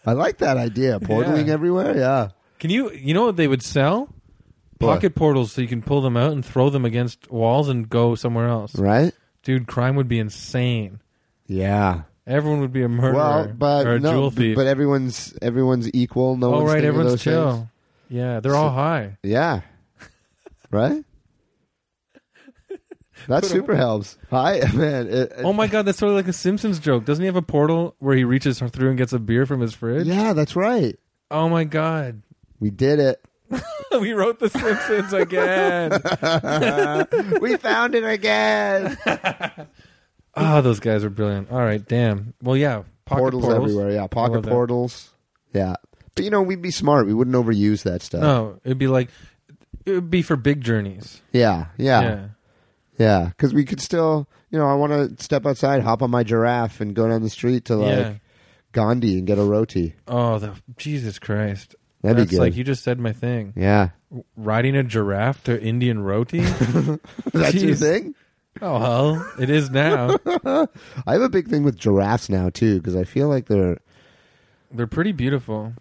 Speaker 2: I like that idea. Portaling
Speaker 3: Yeah.
Speaker 2: everywhere. Yeah,
Speaker 3: Can you? You know what they would sell?
Speaker 2: What?
Speaker 3: Pocket portals, so you can pull them out and throw them against walls and go somewhere else.
Speaker 2: right.
Speaker 3: Dude, crime would be insane.
Speaker 2: Yeah.
Speaker 3: Everyone would be a murderer
Speaker 2: well, but
Speaker 3: or a
Speaker 2: no,
Speaker 3: jewel
Speaker 2: b-
Speaker 3: thief.
Speaker 2: but everyone's everyone's equal. No
Speaker 3: all
Speaker 2: one's
Speaker 3: right,
Speaker 2: thinking of
Speaker 3: everyone's
Speaker 2: those
Speaker 3: chill.
Speaker 2: things.
Speaker 3: Yeah, they're all high.
Speaker 2: Yeah. right. That super helps. Hi, man. It, it-
Speaker 3: Oh my god, that's sort of like a Simpsons joke. Doesn't he have a portal where he reaches through and gets a beer from his fridge?
Speaker 2: yeah, that's right.
Speaker 3: Oh my god.
Speaker 2: We did it.
Speaker 3: we wrote the Simpsons again.
Speaker 2: we found it again.
Speaker 3: Ah, those guys are brilliant. All right, damn. Well, yeah, pocket
Speaker 2: portals,
Speaker 3: portals,
Speaker 2: everywhere. Yeah,
Speaker 3: I
Speaker 2: pocket
Speaker 3: love that.
Speaker 2: portals. Yeah, but you know, we'd be smart. We wouldn't overuse that stuff.
Speaker 3: No, it'd be like it would be for big journeys.
Speaker 2: Yeah, yeah,
Speaker 3: Yeah.
Speaker 2: yeah. Because we could still, you know, I want to step outside, hop on my giraffe, and go down the street to like
Speaker 3: Yeah.
Speaker 2: Gandhi and get a roti.
Speaker 3: Oh, the, Jesus Christ.
Speaker 2: That'd
Speaker 3: That's
Speaker 2: be good.
Speaker 3: like you just said my thing.
Speaker 2: yeah,
Speaker 3: Riding a giraffe to Indian roti?
Speaker 2: that's your
Speaker 3: Jeez.
Speaker 2: thing.
Speaker 3: oh well, it is now.
Speaker 2: I have a big thing with giraffes now too because I feel like they're,
Speaker 3: They're pretty beautiful.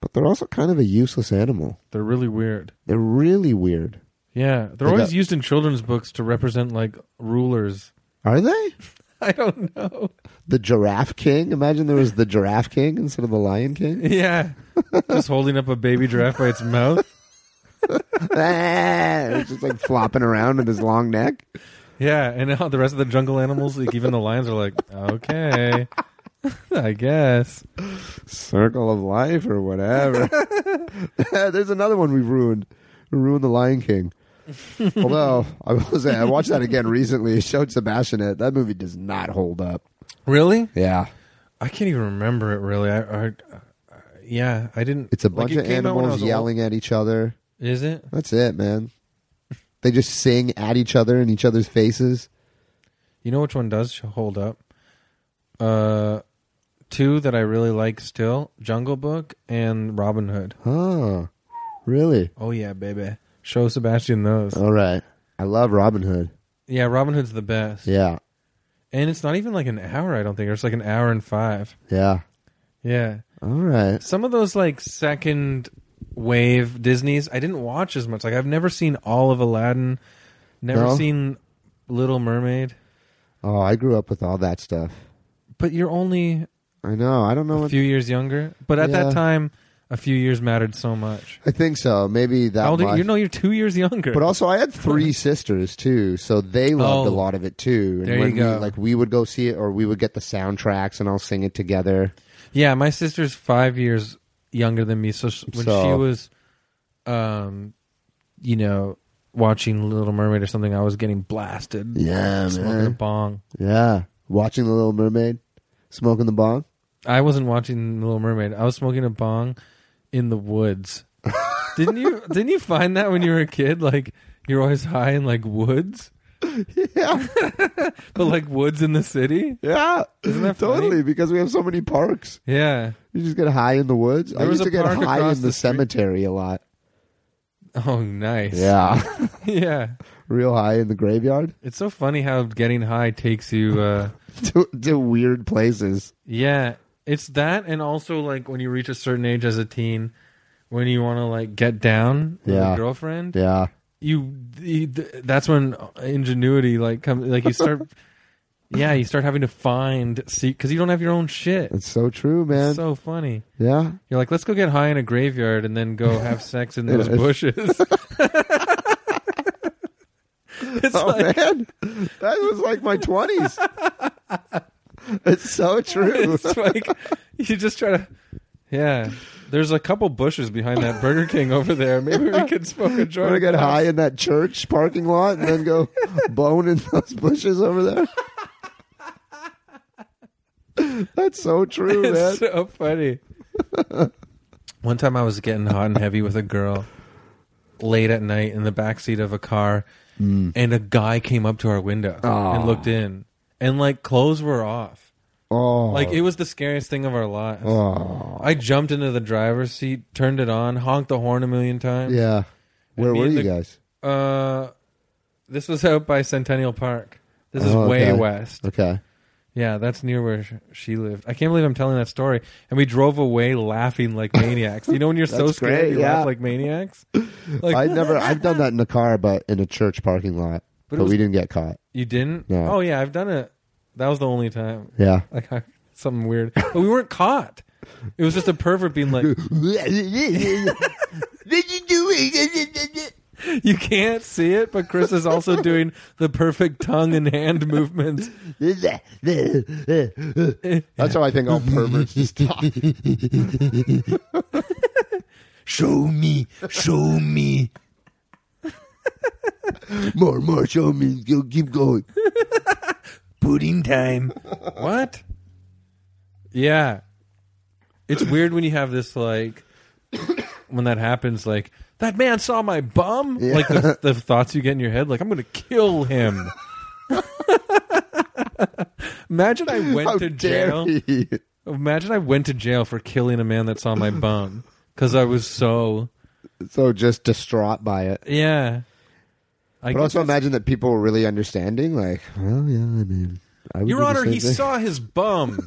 Speaker 2: but they're also kind of a useless animal.
Speaker 3: They're really weird.
Speaker 2: They're really weird.
Speaker 3: Yeah,
Speaker 2: They
Speaker 3: they're always
Speaker 2: got-
Speaker 3: used in children's books to represent like rulers.
Speaker 2: Are they
Speaker 3: I don't know.
Speaker 2: the giraffe king? Imagine there was the giraffe king instead of the lion king.
Speaker 3: Yeah, just holding up a baby giraffe by its mouth.
Speaker 2: it's just like flopping around with his long neck.
Speaker 3: Yeah, and all the rest of the jungle animals, like even the lions, are like, okay, I guess.
Speaker 2: Circle of life or whatever. There's another one we've ruined. We ruined the Lion King. Although I will say I watched that again recently. It showed Sebastian it. That movie does not hold up.
Speaker 3: Really?
Speaker 2: Yeah.
Speaker 3: I can't even remember it. Really, I, I, I- yeah, I didn't.
Speaker 2: It's a
Speaker 3: like,
Speaker 2: bunch
Speaker 3: it
Speaker 2: of
Speaker 3: came out when I
Speaker 2: animals
Speaker 3: was old.
Speaker 2: yelling at each other.
Speaker 3: Is it?
Speaker 2: That's it, man. They just sing at each other in each other's faces.
Speaker 3: You know which one does sh- hold up? Uh, two that I really like still: Jungle Book and Robin Hood.
Speaker 2: Huh. Really?
Speaker 3: Oh yeah, baby. Show Sebastian those.
Speaker 2: All right. I love Robin Hood.
Speaker 3: Yeah, Robin Hood's the best.
Speaker 2: Yeah.
Speaker 3: And it's not even like an hour, I don't think. It's like an hour and five.
Speaker 2: Yeah.
Speaker 3: Yeah.
Speaker 2: All right.
Speaker 3: Some of those like second wave Disneys, I didn't watch as much. Like I've never seen all of Aladdin, never
Speaker 2: No?
Speaker 3: seen Little Mermaid.
Speaker 2: Oh, I grew up with all that stuff.
Speaker 3: But you're only
Speaker 2: I know. I don't know
Speaker 3: a
Speaker 2: what
Speaker 3: few years younger. But at
Speaker 2: Yeah.
Speaker 3: that time, a few years mattered so much.
Speaker 2: I think so. Maybe that.
Speaker 3: How old are
Speaker 2: much.
Speaker 3: you? you know, you're two years younger.
Speaker 2: But also, I had three sisters too, so they loved
Speaker 3: Oh.
Speaker 2: a lot of it too. And
Speaker 3: There you
Speaker 2: when
Speaker 3: go.
Speaker 2: We, like we would go see it, or we would get the soundtracks, and I'll sing it together.
Speaker 3: Yeah, my sister's five years younger than me, so sh- when
Speaker 2: So-
Speaker 3: she was, um, you know, watching Little Mermaid or something, I was getting blasted,
Speaker 2: Yeah,
Speaker 3: smoking a bong.
Speaker 2: Yeah, watching the Little Mermaid, smoking the bong.
Speaker 3: I wasn't watching Little Mermaid. I was smoking a bong in the woods. didn't you? Didn't you find that when you were a kid? Like you're always high in like woods,
Speaker 2: Yeah,
Speaker 3: but like woods in the city.
Speaker 2: yeah,
Speaker 3: Isn't that funny?
Speaker 2: totally? Because we have so many parks.
Speaker 3: Yeah.
Speaker 2: You just get high in the woods. I
Speaker 3: There was
Speaker 2: used to
Speaker 3: a
Speaker 2: get
Speaker 3: park
Speaker 2: high
Speaker 3: across
Speaker 2: in
Speaker 3: the
Speaker 2: the
Speaker 3: street.
Speaker 2: cemetery a lot.
Speaker 3: Oh, nice.
Speaker 2: Yeah,
Speaker 3: yeah.
Speaker 2: real high in the graveyard
Speaker 3: It's so funny how getting high takes you. uh
Speaker 2: to, to weird places.
Speaker 3: Yeah, it's that, and also like when you reach a certain age as a teen, when you want to like get down with
Speaker 2: Yeah.
Speaker 3: a girlfriend,
Speaker 2: Yeah,
Speaker 3: you, you th- that's when ingenuity like comes. Like you start, yeah, you start having to find see because you don't have your own shit.
Speaker 2: it's so true, man.
Speaker 3: It's so funny.
Speaker 2: yeah,
Speaker 3: You're like, let's go get high in a graveyard and then go have sex in those
Speaker 2: Yeah.
Speaker 3: bushes. it's
Speaker 2: oh
Speaker 3: like
Speaker 2: man, that was like my twenties. it's so true.
Speaker 3: it's like you just try to yeah there's a couple bushes behind that burger king over there maybe we could smoke a
Speaker 2: Want to
Speaker 3: joint
Speaker 2: get high in that church parking lot and then go bone in those bushes over there? That's so true, man.
Speaker 3: it's so funny one time i was getting hot and heavy with a girl late at night in the backseat of a car and a guy came up to our window
Speaker 2: Aw.
Speaker 3: and looked in and like clothes were off
Speaker 2: Oh,
Speaker 3: like it was the scariest thing of our lives
Speaker 2: oh,
Speaker 3: i jumped into the driver's seat turned it on honked the horn a million times
Speaker 2: yeah. Where
Speaker 3: me
Speaker 2: were
Speaker 3: and
Speaker 2: you
Speaker 3: the-
Speaker 2: guys?
Speaker 3: Uh, this was out by Centennial Park. This is
Speaker 2: Oh,
Speaker 3: way
Speaker 2: okay.
Speaker 3: west.
Speaker 2: Okay.
Speaker 3: Yeah, that's near where sh- she lived. I can't believe I'm telling that story. And we drove away laughing like maniacs. You know when you're so
Speaker 2: That's
Speaker 3: scared,
Speaker 2: great,
Speaker 3: you
Speaker 2: yeah.
Speaker 3: laugh like maniacs. Like
Speaker 2: I never. I've done that in the car, but in a church parking lot.
Speaker 3: But it
Speaker 2: But,
Speaker 3: was-
Speaker 2: we didn't get caught.
Speaker 3: you didn't.
Speaker 2: No.
Speaker 3: Oh yeah, I've done it. That was the only time.
Speaker 2: Yeah.
Speaker 3: Like I, something weird, but we weren't caught. It was just a pervert being like, "You can't see it," but Chris is also doing the perfect tongue and hand movements.
Speaker 2: That's how I think all perverts just talk.
Speaker 4: Show me, show me.
Speaker 2: More, more, show me. Go, keep going.
Speaker 4: Pudding time.
Speaker 3: What? Yeah. It's weird when you have this like when that happens like that man saw my bum like the, the thoughts you get in your head like I'm going to kill him. Imagine I went
Speaker 2: How
Speaker 3: to
Speaker 2: dare
Speaker 3: jail.
Speaker 2: he?
Speaker 3: Imagine I went to jail for killing a man that saw my bum because I was so
Speaker 2: So just distraught by it.
Speaker 3: yeah. I
Speaker 2: but
Speaker 3: guess
Speaker 2: also
Speaker 3: it's-
Speaker 2: imagine that people were really understanding. Like, well, yeah, I mean, I would do
Speaker 3: Your
Speaker 2: the
Speaker 3: Honor,
Speaker 2: same
Speaker 3: he
Speaker 2: thing.
Speaker 3: saw his bum.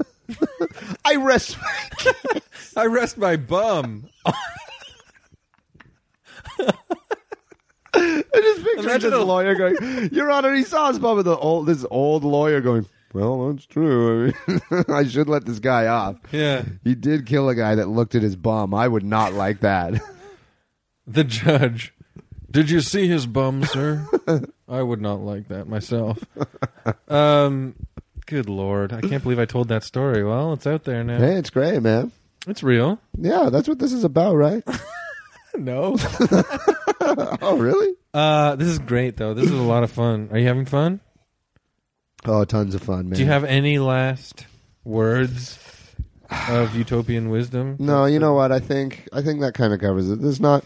Speaker 2: I rest.
Speaker 3: I rest my bum.
Speaker 2: I just picture
Speaker 3: Imagine
Speaker 2: this
Speaker 3: a-
Speaker 2: lawyer going, "Your Honor, he saw us, Bob." with The old, this old lawyer going, "Well, that's true. I, mean, I should let this guy off.
Speaker 3: Yeah.
Speaker 2: He did kill a guy that looked at his bum. I would not like that."
Speaker 3: The judge. Did you see his bum, sir? I would not like that myself. Um, good lord, I can't believe I told that story. Well, it's out there now.
Speaker 2: hey, it's great, man.
Speaker 3: It's real.
Speaker 2: Yeah, that's what this is about, right?
Speaker 3: No.
Speaker 2: oh, really?
Speaker 3: Uh, this is great though. This is a lot of fun. Are you having fun?
Speaker 2: Oh, tons of fun, man.
Speaker 3: Do you have any last words of utopian wisdom?
Speaker 2: No, you know what? I think I think that kind of covers it. There's not.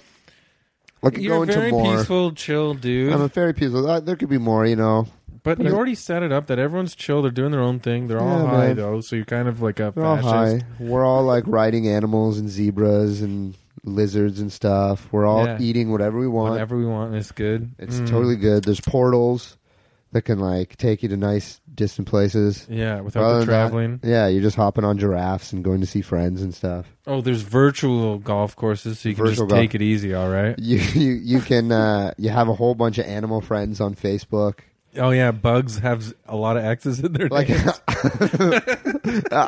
Speaker 2: I could
Speaker 3: You're
Speaker 2: go
Speaker 3: a
Speaker 2: into
Speaker 3: very
Speaker 2: more.
Speaker 3: peaceful, chill dude.
Speaker 2: I'm a very peaceful. Uh, there could be more, you know.
Speaker 3: but you already set it up that everyone's chill. They're doing their own thing. They're all
Speaker 2: Yeah,
Speaker 3: high
Speaker 2: man.
Speaker 3: though, so you're kind of like a
Speaker 2: We're all
Speaker 3: fascist.
Speaker 2: high. Oh, We're all like riding animals and zebras and lizards and stuff. We're all
Speaker 3: Yeah.
Speaker 2: eating whatever we want.
Speaker 3: Whatever we want is good.
Speaker 2: It's
Speaker 3: Mm.
Speaker 2: totally good. There's portals that can like take you to nice distant places.
Speaker 3: yeah, without
Speaker 2: Rather
Speaker 3: the
Speaker 2: than that-
Speaker 3: traveling.
Speaker 2: Yeah, you're just hopping on giraffes and going to see friends and stuff.
Speaker 3: Oh, there's virtual golf courses, so you can
Speaker 2: Virtual
Speaker 3: just
Speaker 2: golf.
Speaker 3: take it easy. All right.
Speaker 2: You you you can uh, you have a whole bunch of animal friends on Facebook.
Speaker 3: Oh yeah, bugs have a lot of X's in their
Speaker 2: like
Speaker 3: name.
Speaker 2: uh,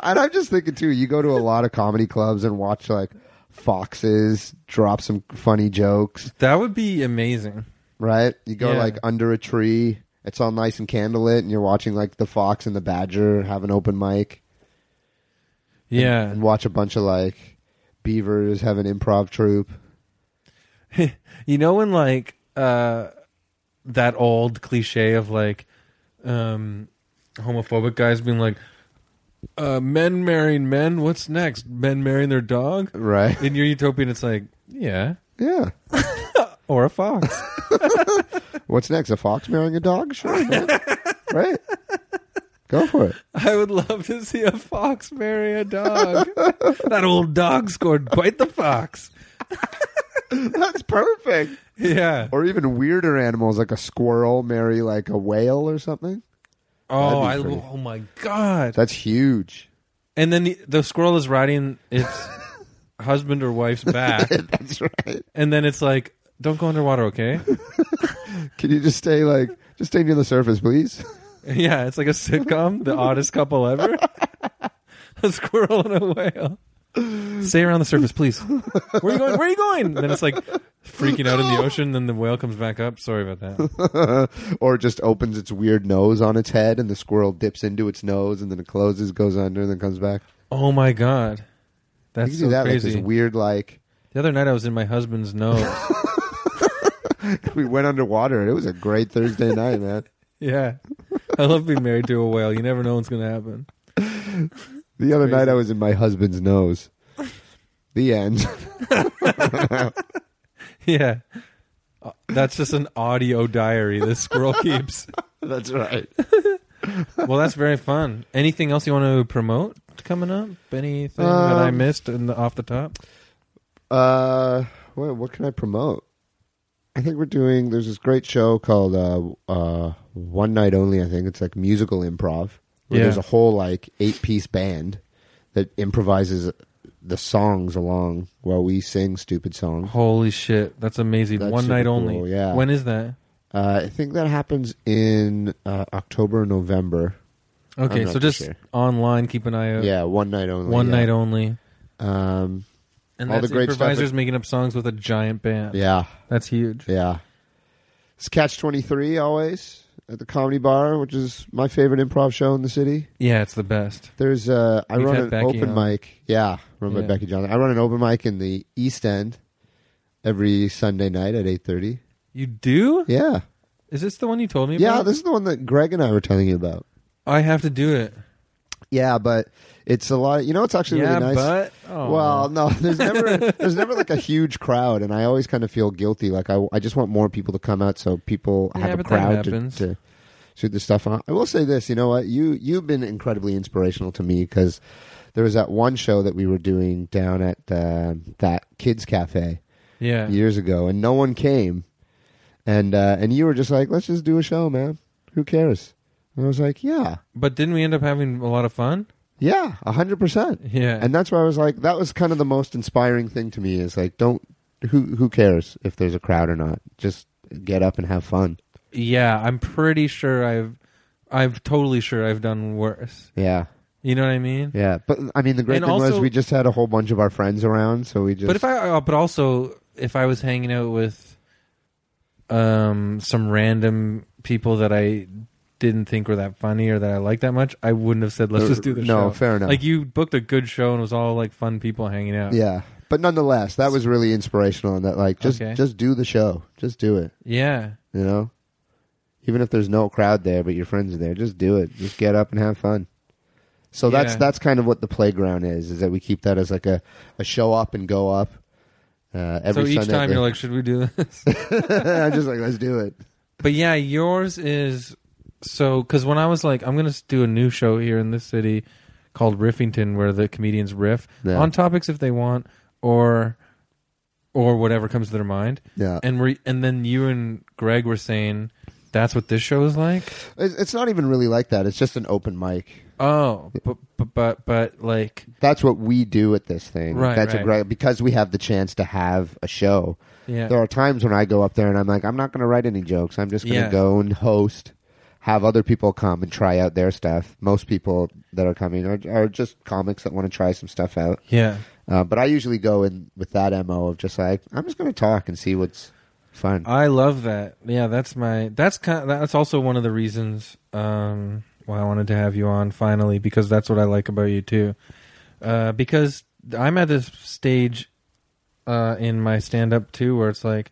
Speaker 2: and i'm just thinking too you go to a lot of comedy clubs and watch like foxes drop some funny jokes
Speaker 3: That would be amazing.
Speaker 2: right you go
Speaker 3: Yeah.
Speaker 2: like under a tree it's all nice and candlelit and you're watching like the fox and the badger have an open mic
Speaker 3: Yeah.
Speaker 2: and watch a bunch of like beavers have an improv troupe
Speaker 3: You know when like uh that old cliche of like um homophobic guys being like uh men marrying men, what's next? Men marrying their dog?
Speaker 2: right
Speaker 3: In your utopian it's like, yeah,
Speaker 2: yeah
Speaker 3: or a fox.
Speaker 2: what's next a fox marrying a dog sure man. right go for it
Speaker 3: I would love to see a fox marry a dog. that old dog scored bite the fox.
Speaker 2: that's perfect
Speaker 3: Yeah.
Speaker 2: or even weirder animals like a squirrel marry like a whale or something.
Speaker 3: Oh, I
Speaker 2: that'd be pretty.
Speaker 3: oh my god.
Speaker 2: That's huge.
Speaker 3: And then the, the squirrel is riding its husband or wife's back.
Speaker 2: That's right.
Speaker 3: and then it's like, don't go underwater, okay?
Speaker 2: Can you just stay like just stay near the surface, please?
Speaker 3: yeah, it's like a sitcom, the oddest couple ever. a squirrel and a whale. Stay around the surface, please. Where are you going? Where are you going? And then it's like freaking out in the ocean. Then the whale comes back up. Sorry about that.
Speaker 2: or it just opens its weird nose on its head, and the squirrel dips into its nose, and then it closes, goes under, and then comes back.
Speaker 3: Oh my god,
Speaker 2: you
Speaker 3: that's
Speaker 2: can
Speaker 3: so
Speaker 2: do that
Speaker 3: crazy.
Speaker 2: like this weird like.
Speaker 3: the other night I was in my husband's nose.
Speaker 2: We went underwater. and It was a great Thursday night, man.
Speaker 3: yeah, I love being married to a whale. You never know what's gonna happen.
Speaker 2: The other
Speaker 3: Crazy.
Speaker 2: night I was in my husband's nose. The end.
Speaker 3: Yeah. Uh, That's just an audio diary this squirrel keeps.
Speaker 2: That's right.
Speaker 3: well, that's very fun. Anything else you want to promote coming up? Anything that I
Speaker 2: Um,
Speaker 3: missed in the, off the top?
Speaker 2: Uh, what, what can I promote? I think we're doing. There's this great show called uh, uh, One Night Only. I think it's like musical improv. Where
Speaker 3: Yeah.
Speaker 2: There's a whole like eight piece band that improvises the songs along while we sing stupid songs.
Speaker 3: Holy shit, that's amazing!
Speaker 2: That's
Speaker 3: One
Speaker 2: super
Speaker 3: night
Speaker 2: cool,
Speaker 3: only.
Speaker 2: yeah.
Speaker 3: When is that?
Speaker 2: Uh, I think that happens in uh, October, November.
Speaker 3: Okay,
Speaker 2: I'm not
Speaker 3: so just
Speaker 2: sure.
Speaker 3: online. Keep an eye out.
Speaker 2: yeah, one night only.
Speaker 3: One
Speaker 2: yeah.
Speaker 3: night only.
Speaker 2: Um,
Speaker 3: And
Speaker 2: All
Speaker 3: that's
Speaker 2: the great stuff
Speaker 3: improvisers
Speaker 2: that-
Speaker 3: making up songs with a giant band.
Speaker 2: yeah,
Speaker 3: That's huge.
Speaker 2: yeah. It's Catch Twenty Three always at the Comedy Bar, which is my favorite improv show in the city.
Speaker 3: Yeah, it's the best.
Speaker 2: There's uh, I
Speaker 3: We've
Speaker 2: run
Speaker 3: had
Speaker 2: an
Speaker 3: Becky
Speaker 2: open
Speaker 3: on.
Speaker 2: mic. Yeah, run by
Speaker 3: Yeah.
Speaker 2: Becky Johnson. I run an open mic in the East End every Sunday night at eight thirty.
Speaker 3: You do?
Speaker 2: Yeah,
Speaker 3: Is this the one you told me?
Speaker 2: yeah.
Speaker 3: about? Oh,
Speaker 2: This is the one that Greg and I were telling you about.
Speaker 3: I have to do it.
Speaker 2: Yeah, but it's a lot. you know, it's actually
Speaker 3: yeah,
Speaker 2: really nice.
Speaker 3: but oh.
Speaker 2: Well, no, there's never there's never like a huge crowd, and I always kind of feel guilty. Like I, I just want more people to come out so people
Speaker 3: Yeah,
Speaker 2: have a
Speaker 3: but that
Speaker 2: crowd to,
Speaker 3: happens.
Speaker 2: to. shoot the stuff on. I will say this, you know what? You you've been incredibly inspirational to me because there was that one show that we were doing down at uh, that kids cafe
Speaker 3: Yeah.
Speaker 2: years ago, and no one came, and uh, and you were just like, let's just do a show, man. Who cares? And I was like, yeah,
Speaker 3: But didn't we end up having a lot of fun?
Speaker 2: yeah, hundred percent.
Speaker 3: Yeah.
Speaker 2: And that's where I was like, that was kind of the most inspiring thing to me is like, don't who who cares if there's a crowd or not? Just get up and have fun.
Speaker 3: yeah, I'm pretty sure I've I've totally sure I've done worse.
Speaker 2: Yeah,
Speaker 3: You know what I mean?
Speaker 2: yeah. But I mean, the great
Speaker 3: And
Speaker 2: thing was
Speaker 3: also-
Speaker 2: we just had a whole bunch of our friends around, so we just.
Speaker 3: But if I uh, but also if I was hanging out with um some random people that I didn't think were that funny or that I liked that much, I wouldn't have said let's just do the show.
Speaker 2: no, fair enough.
Speaker 3: Like you booked a good show and it was all like fun people hanging out.
Speaker 2: yeah, but nonetheless, that was really inspirational. And that like, just
Speaker 3: Okay.
Speaker 2: just do the show, just do it.
Speaker 3: Yeah.
Speaker 2: You know, even if there's no crowd there, but your friends are there, just do it. Just get up and have fun. So that's
Speaker 3: Yeah.
Speaker 2: that's kind of what the playground is. Is that we keep that as like a, a show up and go up. Uh, every
Speaker 3: so each
Speaker 2: Sunday
Speaker 3: time
Speaker 2: thing.
Speaker 3: you're like, should we do this?
Speaker 2: I'm just like, let's do it.
Speaker 3: but yeah, yours is so because when I was like, I'm gonna do a new show here in this city called Riffington, where the comedians riff
Speaker 2: Yeah.
Speaker 3: on topics if they want or or whatever comes to their mind,
Speaker 2: Yeah,
Speaker 3: and we and then you and Greg were saying that's what this show is like.
Speaker 2: it's, it's not even really like that. It's just an open mic.
Speaker 3: Oh, but but but, but like
Speaker 2: That's what we do at this thing.
Speaker 3: Right,
Speaker 2: That's
Speaker 3: right.
Speaker 2: what Greg, because we have the chance to have a show.
Speaker 3: yeah,
Speaker 2: There are times when I go up there and I'm like, I'm not going to write any jokes. I'm just going to
Speaker 3: Yeah.
Speaker 2: go and host, have other people come and try out their stuff. Most people that are coming are, are just comics that want to try some stuff out.
Speaker 3: yeah.
Speaker 2: Uh, but I usually go in with that mo of just like, I'm just going to talk and see what's fun.
Speaker 3: I love that. Yeah, that's my that's kind that's also one of the reasons um why I wanted to have you on finally because that's what I like about you too. Uh because I'm at this stage uh in my stand up too where it's like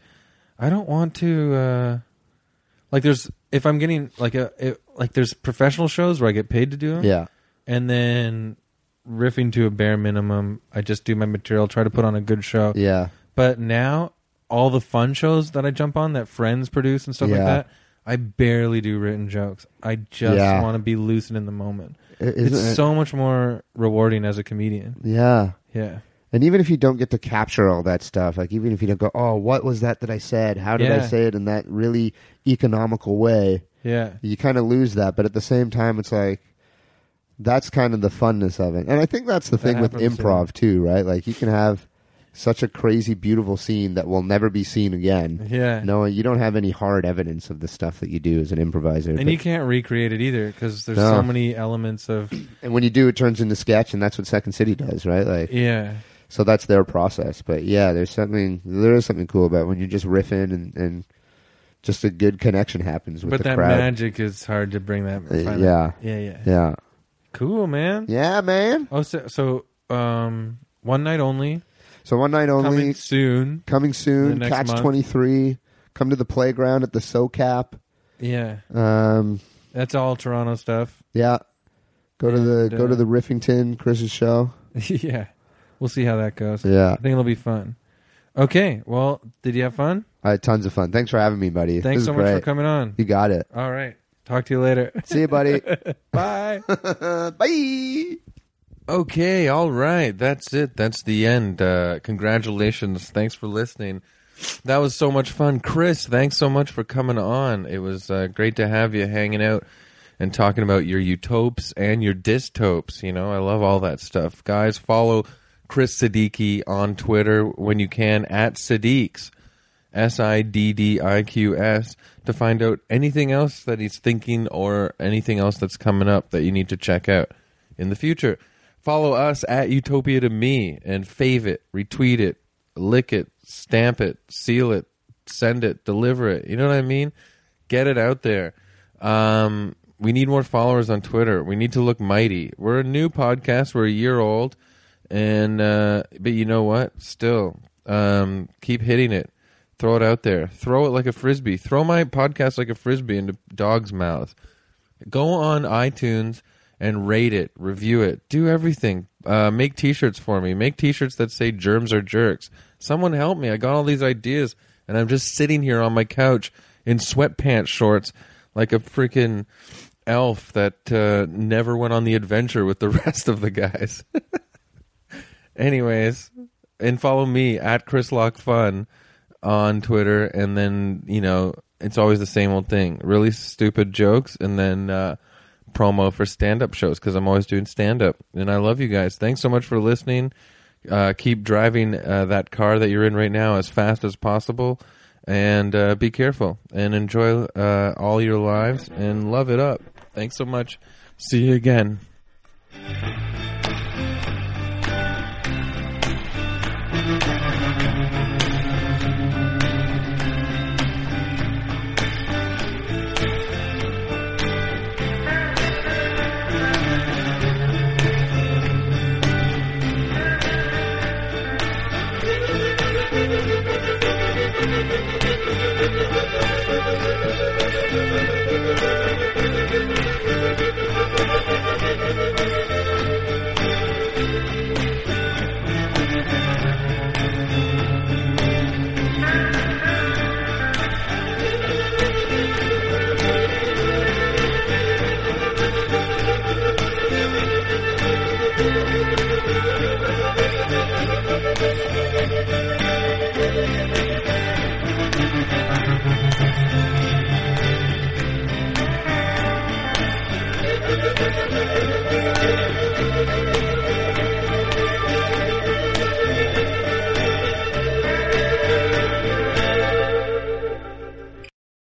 Speaker 3: I don't want to uh like there's if I'm getting like a it, like there's professional shows where I get paid to do them
Speaker 2: yeah,
Speaker 3: and then riffing to a bare minimum I just do my material try to put on a good show
Speaker 2: yeah,
Speaker 3: but now all the fun shows that I jump on that friends produce and stuff
Speaker 2: Yeah.
Speaker 3: like that, I barely do written jokes. I just
Speaker 2: Yeah.
Speaker 3: want to be loose and in the moment.
Speaker 2: I- isn't
Speaker 3: it's
Speaker 2: it-
Speaker 3: so much more rewarding as a comedian.
Speaker 2: yeah.
Speaker 3: Yeah.
Speaker 2: And even if you don't get to capture all that stuff, like even if you don't go, oh, what was that that I said? How did I
Speaker 3: Yeah.
Speaker 2: say it in that really economical way?
Speaker 3: Yeah.
Speaker 2: You kind of lose that. But at the same time, it's like, that's kind of the funness of it. And I think that's the
Speaker 3: That
Speaker 2: thing with
Speaker 3: happens,
Speaker 2: improv, too, right? Like you can have such a crazy, beautiful scene that will never be seen again.
Speaker 3: Yeah.
Speaker 2: No, you don't have any hard evidence of the stuff that you do as an improviser.
Speaker 3: And
Speaker 2: But-
Speaker 3: you can't recreate it either because there's
Speaker 2: No.
Speaker 3: so many elements of
Speaker 2: and when you do, it turns into sketch, and that's what Second City does, right? Like,
Speaker 3: yeah,
Speaker 2: so that's their process. But yeah, there's something there is something cool about when you're just riffing and, and just a good connection happens with
Speaker 3: but
Speaker 2: the
Speaker 3: that
Speaker 2: crowd.
Speaker 3: magic is hard to bring that.
Speaker 2: Uh,
Speaker 3: find
Speaker 2: yeah,
Speaker 3: that- yeah, yeah,
Speaker 2: yeah,
Speaker 3: Cool, man.
Speaker 2: yeah, man.
Speaker 3: Oh, so, so um, one night only,
Speaker 2: So one night only
Speaker 3: coming
Speaker 2: coming,
Speaker 3: soon.
Speaker 2: soon.
Speaker 3: The next
Speaker 2: Catch
Speaker 3: month.
Speaker 2: twenty three. Come to the playground at the SoCap.
Speaker 3: Yeah,
Speaker 2: Um,
Speaker 3: that's all Toronto stuff.
Speaker 2: yeah, go to the
Speaker 3: And,
Speaker 2: go to
Speaker 3: uh,
Speaker 2: the Riffington Chris's show.
Speaker 3: yeah, we'll see how that goes.
Speaker 2: Yeah,
Speaker 3: I think it'll be fun. Okay. Well, did you have fun?
Speaker 2: I had tons of fun. Thanks for having me, buddy.
Speaker 3: Thanks
Speaker 2: This is
Speaker 3: so much for
Speaker 2: great.
Speaker 3: coming on.
Speaker 2: You got it.
Speaker 3: All right. Talk to you later.
Speaker 2: See you, buddy.
Speaker 3: Bye.
Speaker 2: Bye.
Speaker 1: Okay, all right. That's it. That's the end. Uh, congratulations. Thanks for listening. That was so much fun. Chris, thanks so much for coming on. It was uh, great to have you hanging out and talking about your utopes and your dystopes. You know, I love all that stuff. Guys, follow Chris Siddiqui on Twitter when you can at Siddiqs. S I D D I Q S to find out anything else that he's thinking or anything else that's coming up that you need to check out in the future. Follow us at Utopia to Me and fave it, retweet it, lick it, stamp it, seal it, send it, deliver it. You know what I mean? Get it out there. Um, we need more followers on Twitter. We need to look mighty. We're a new podcast. We're a year old, and uh, but you know what? Still, um, keep hitting it. Throw it out there. Throw it like a frisbee. Throw my podcast like a frisbee into dogs' mouths. Go on iTunes and rate it, review it, do everything. Uh, make T-shirts for me. Make T-shirts that say "Germs are jerks." Someone help me! I got all these ideas, and I'm just sitting here on my couch in sweatpants shorts, like a freaking elf that uh, never went on the adventure with the rest of the guys. Anyways, and follow me at Chris Lock Fun on Twitter, and then you know it's always the same old thing: really stupid jokes, and then uh, promo for stand-up shows because I'm always doing stand-up. And I love you guys. Thanks so much for listening. Uh, keep driving uh, that car that you're in right now as fast as possible, and uh, be careful and enjoy uh, all your lives and love it up. Thanks so much. See you again.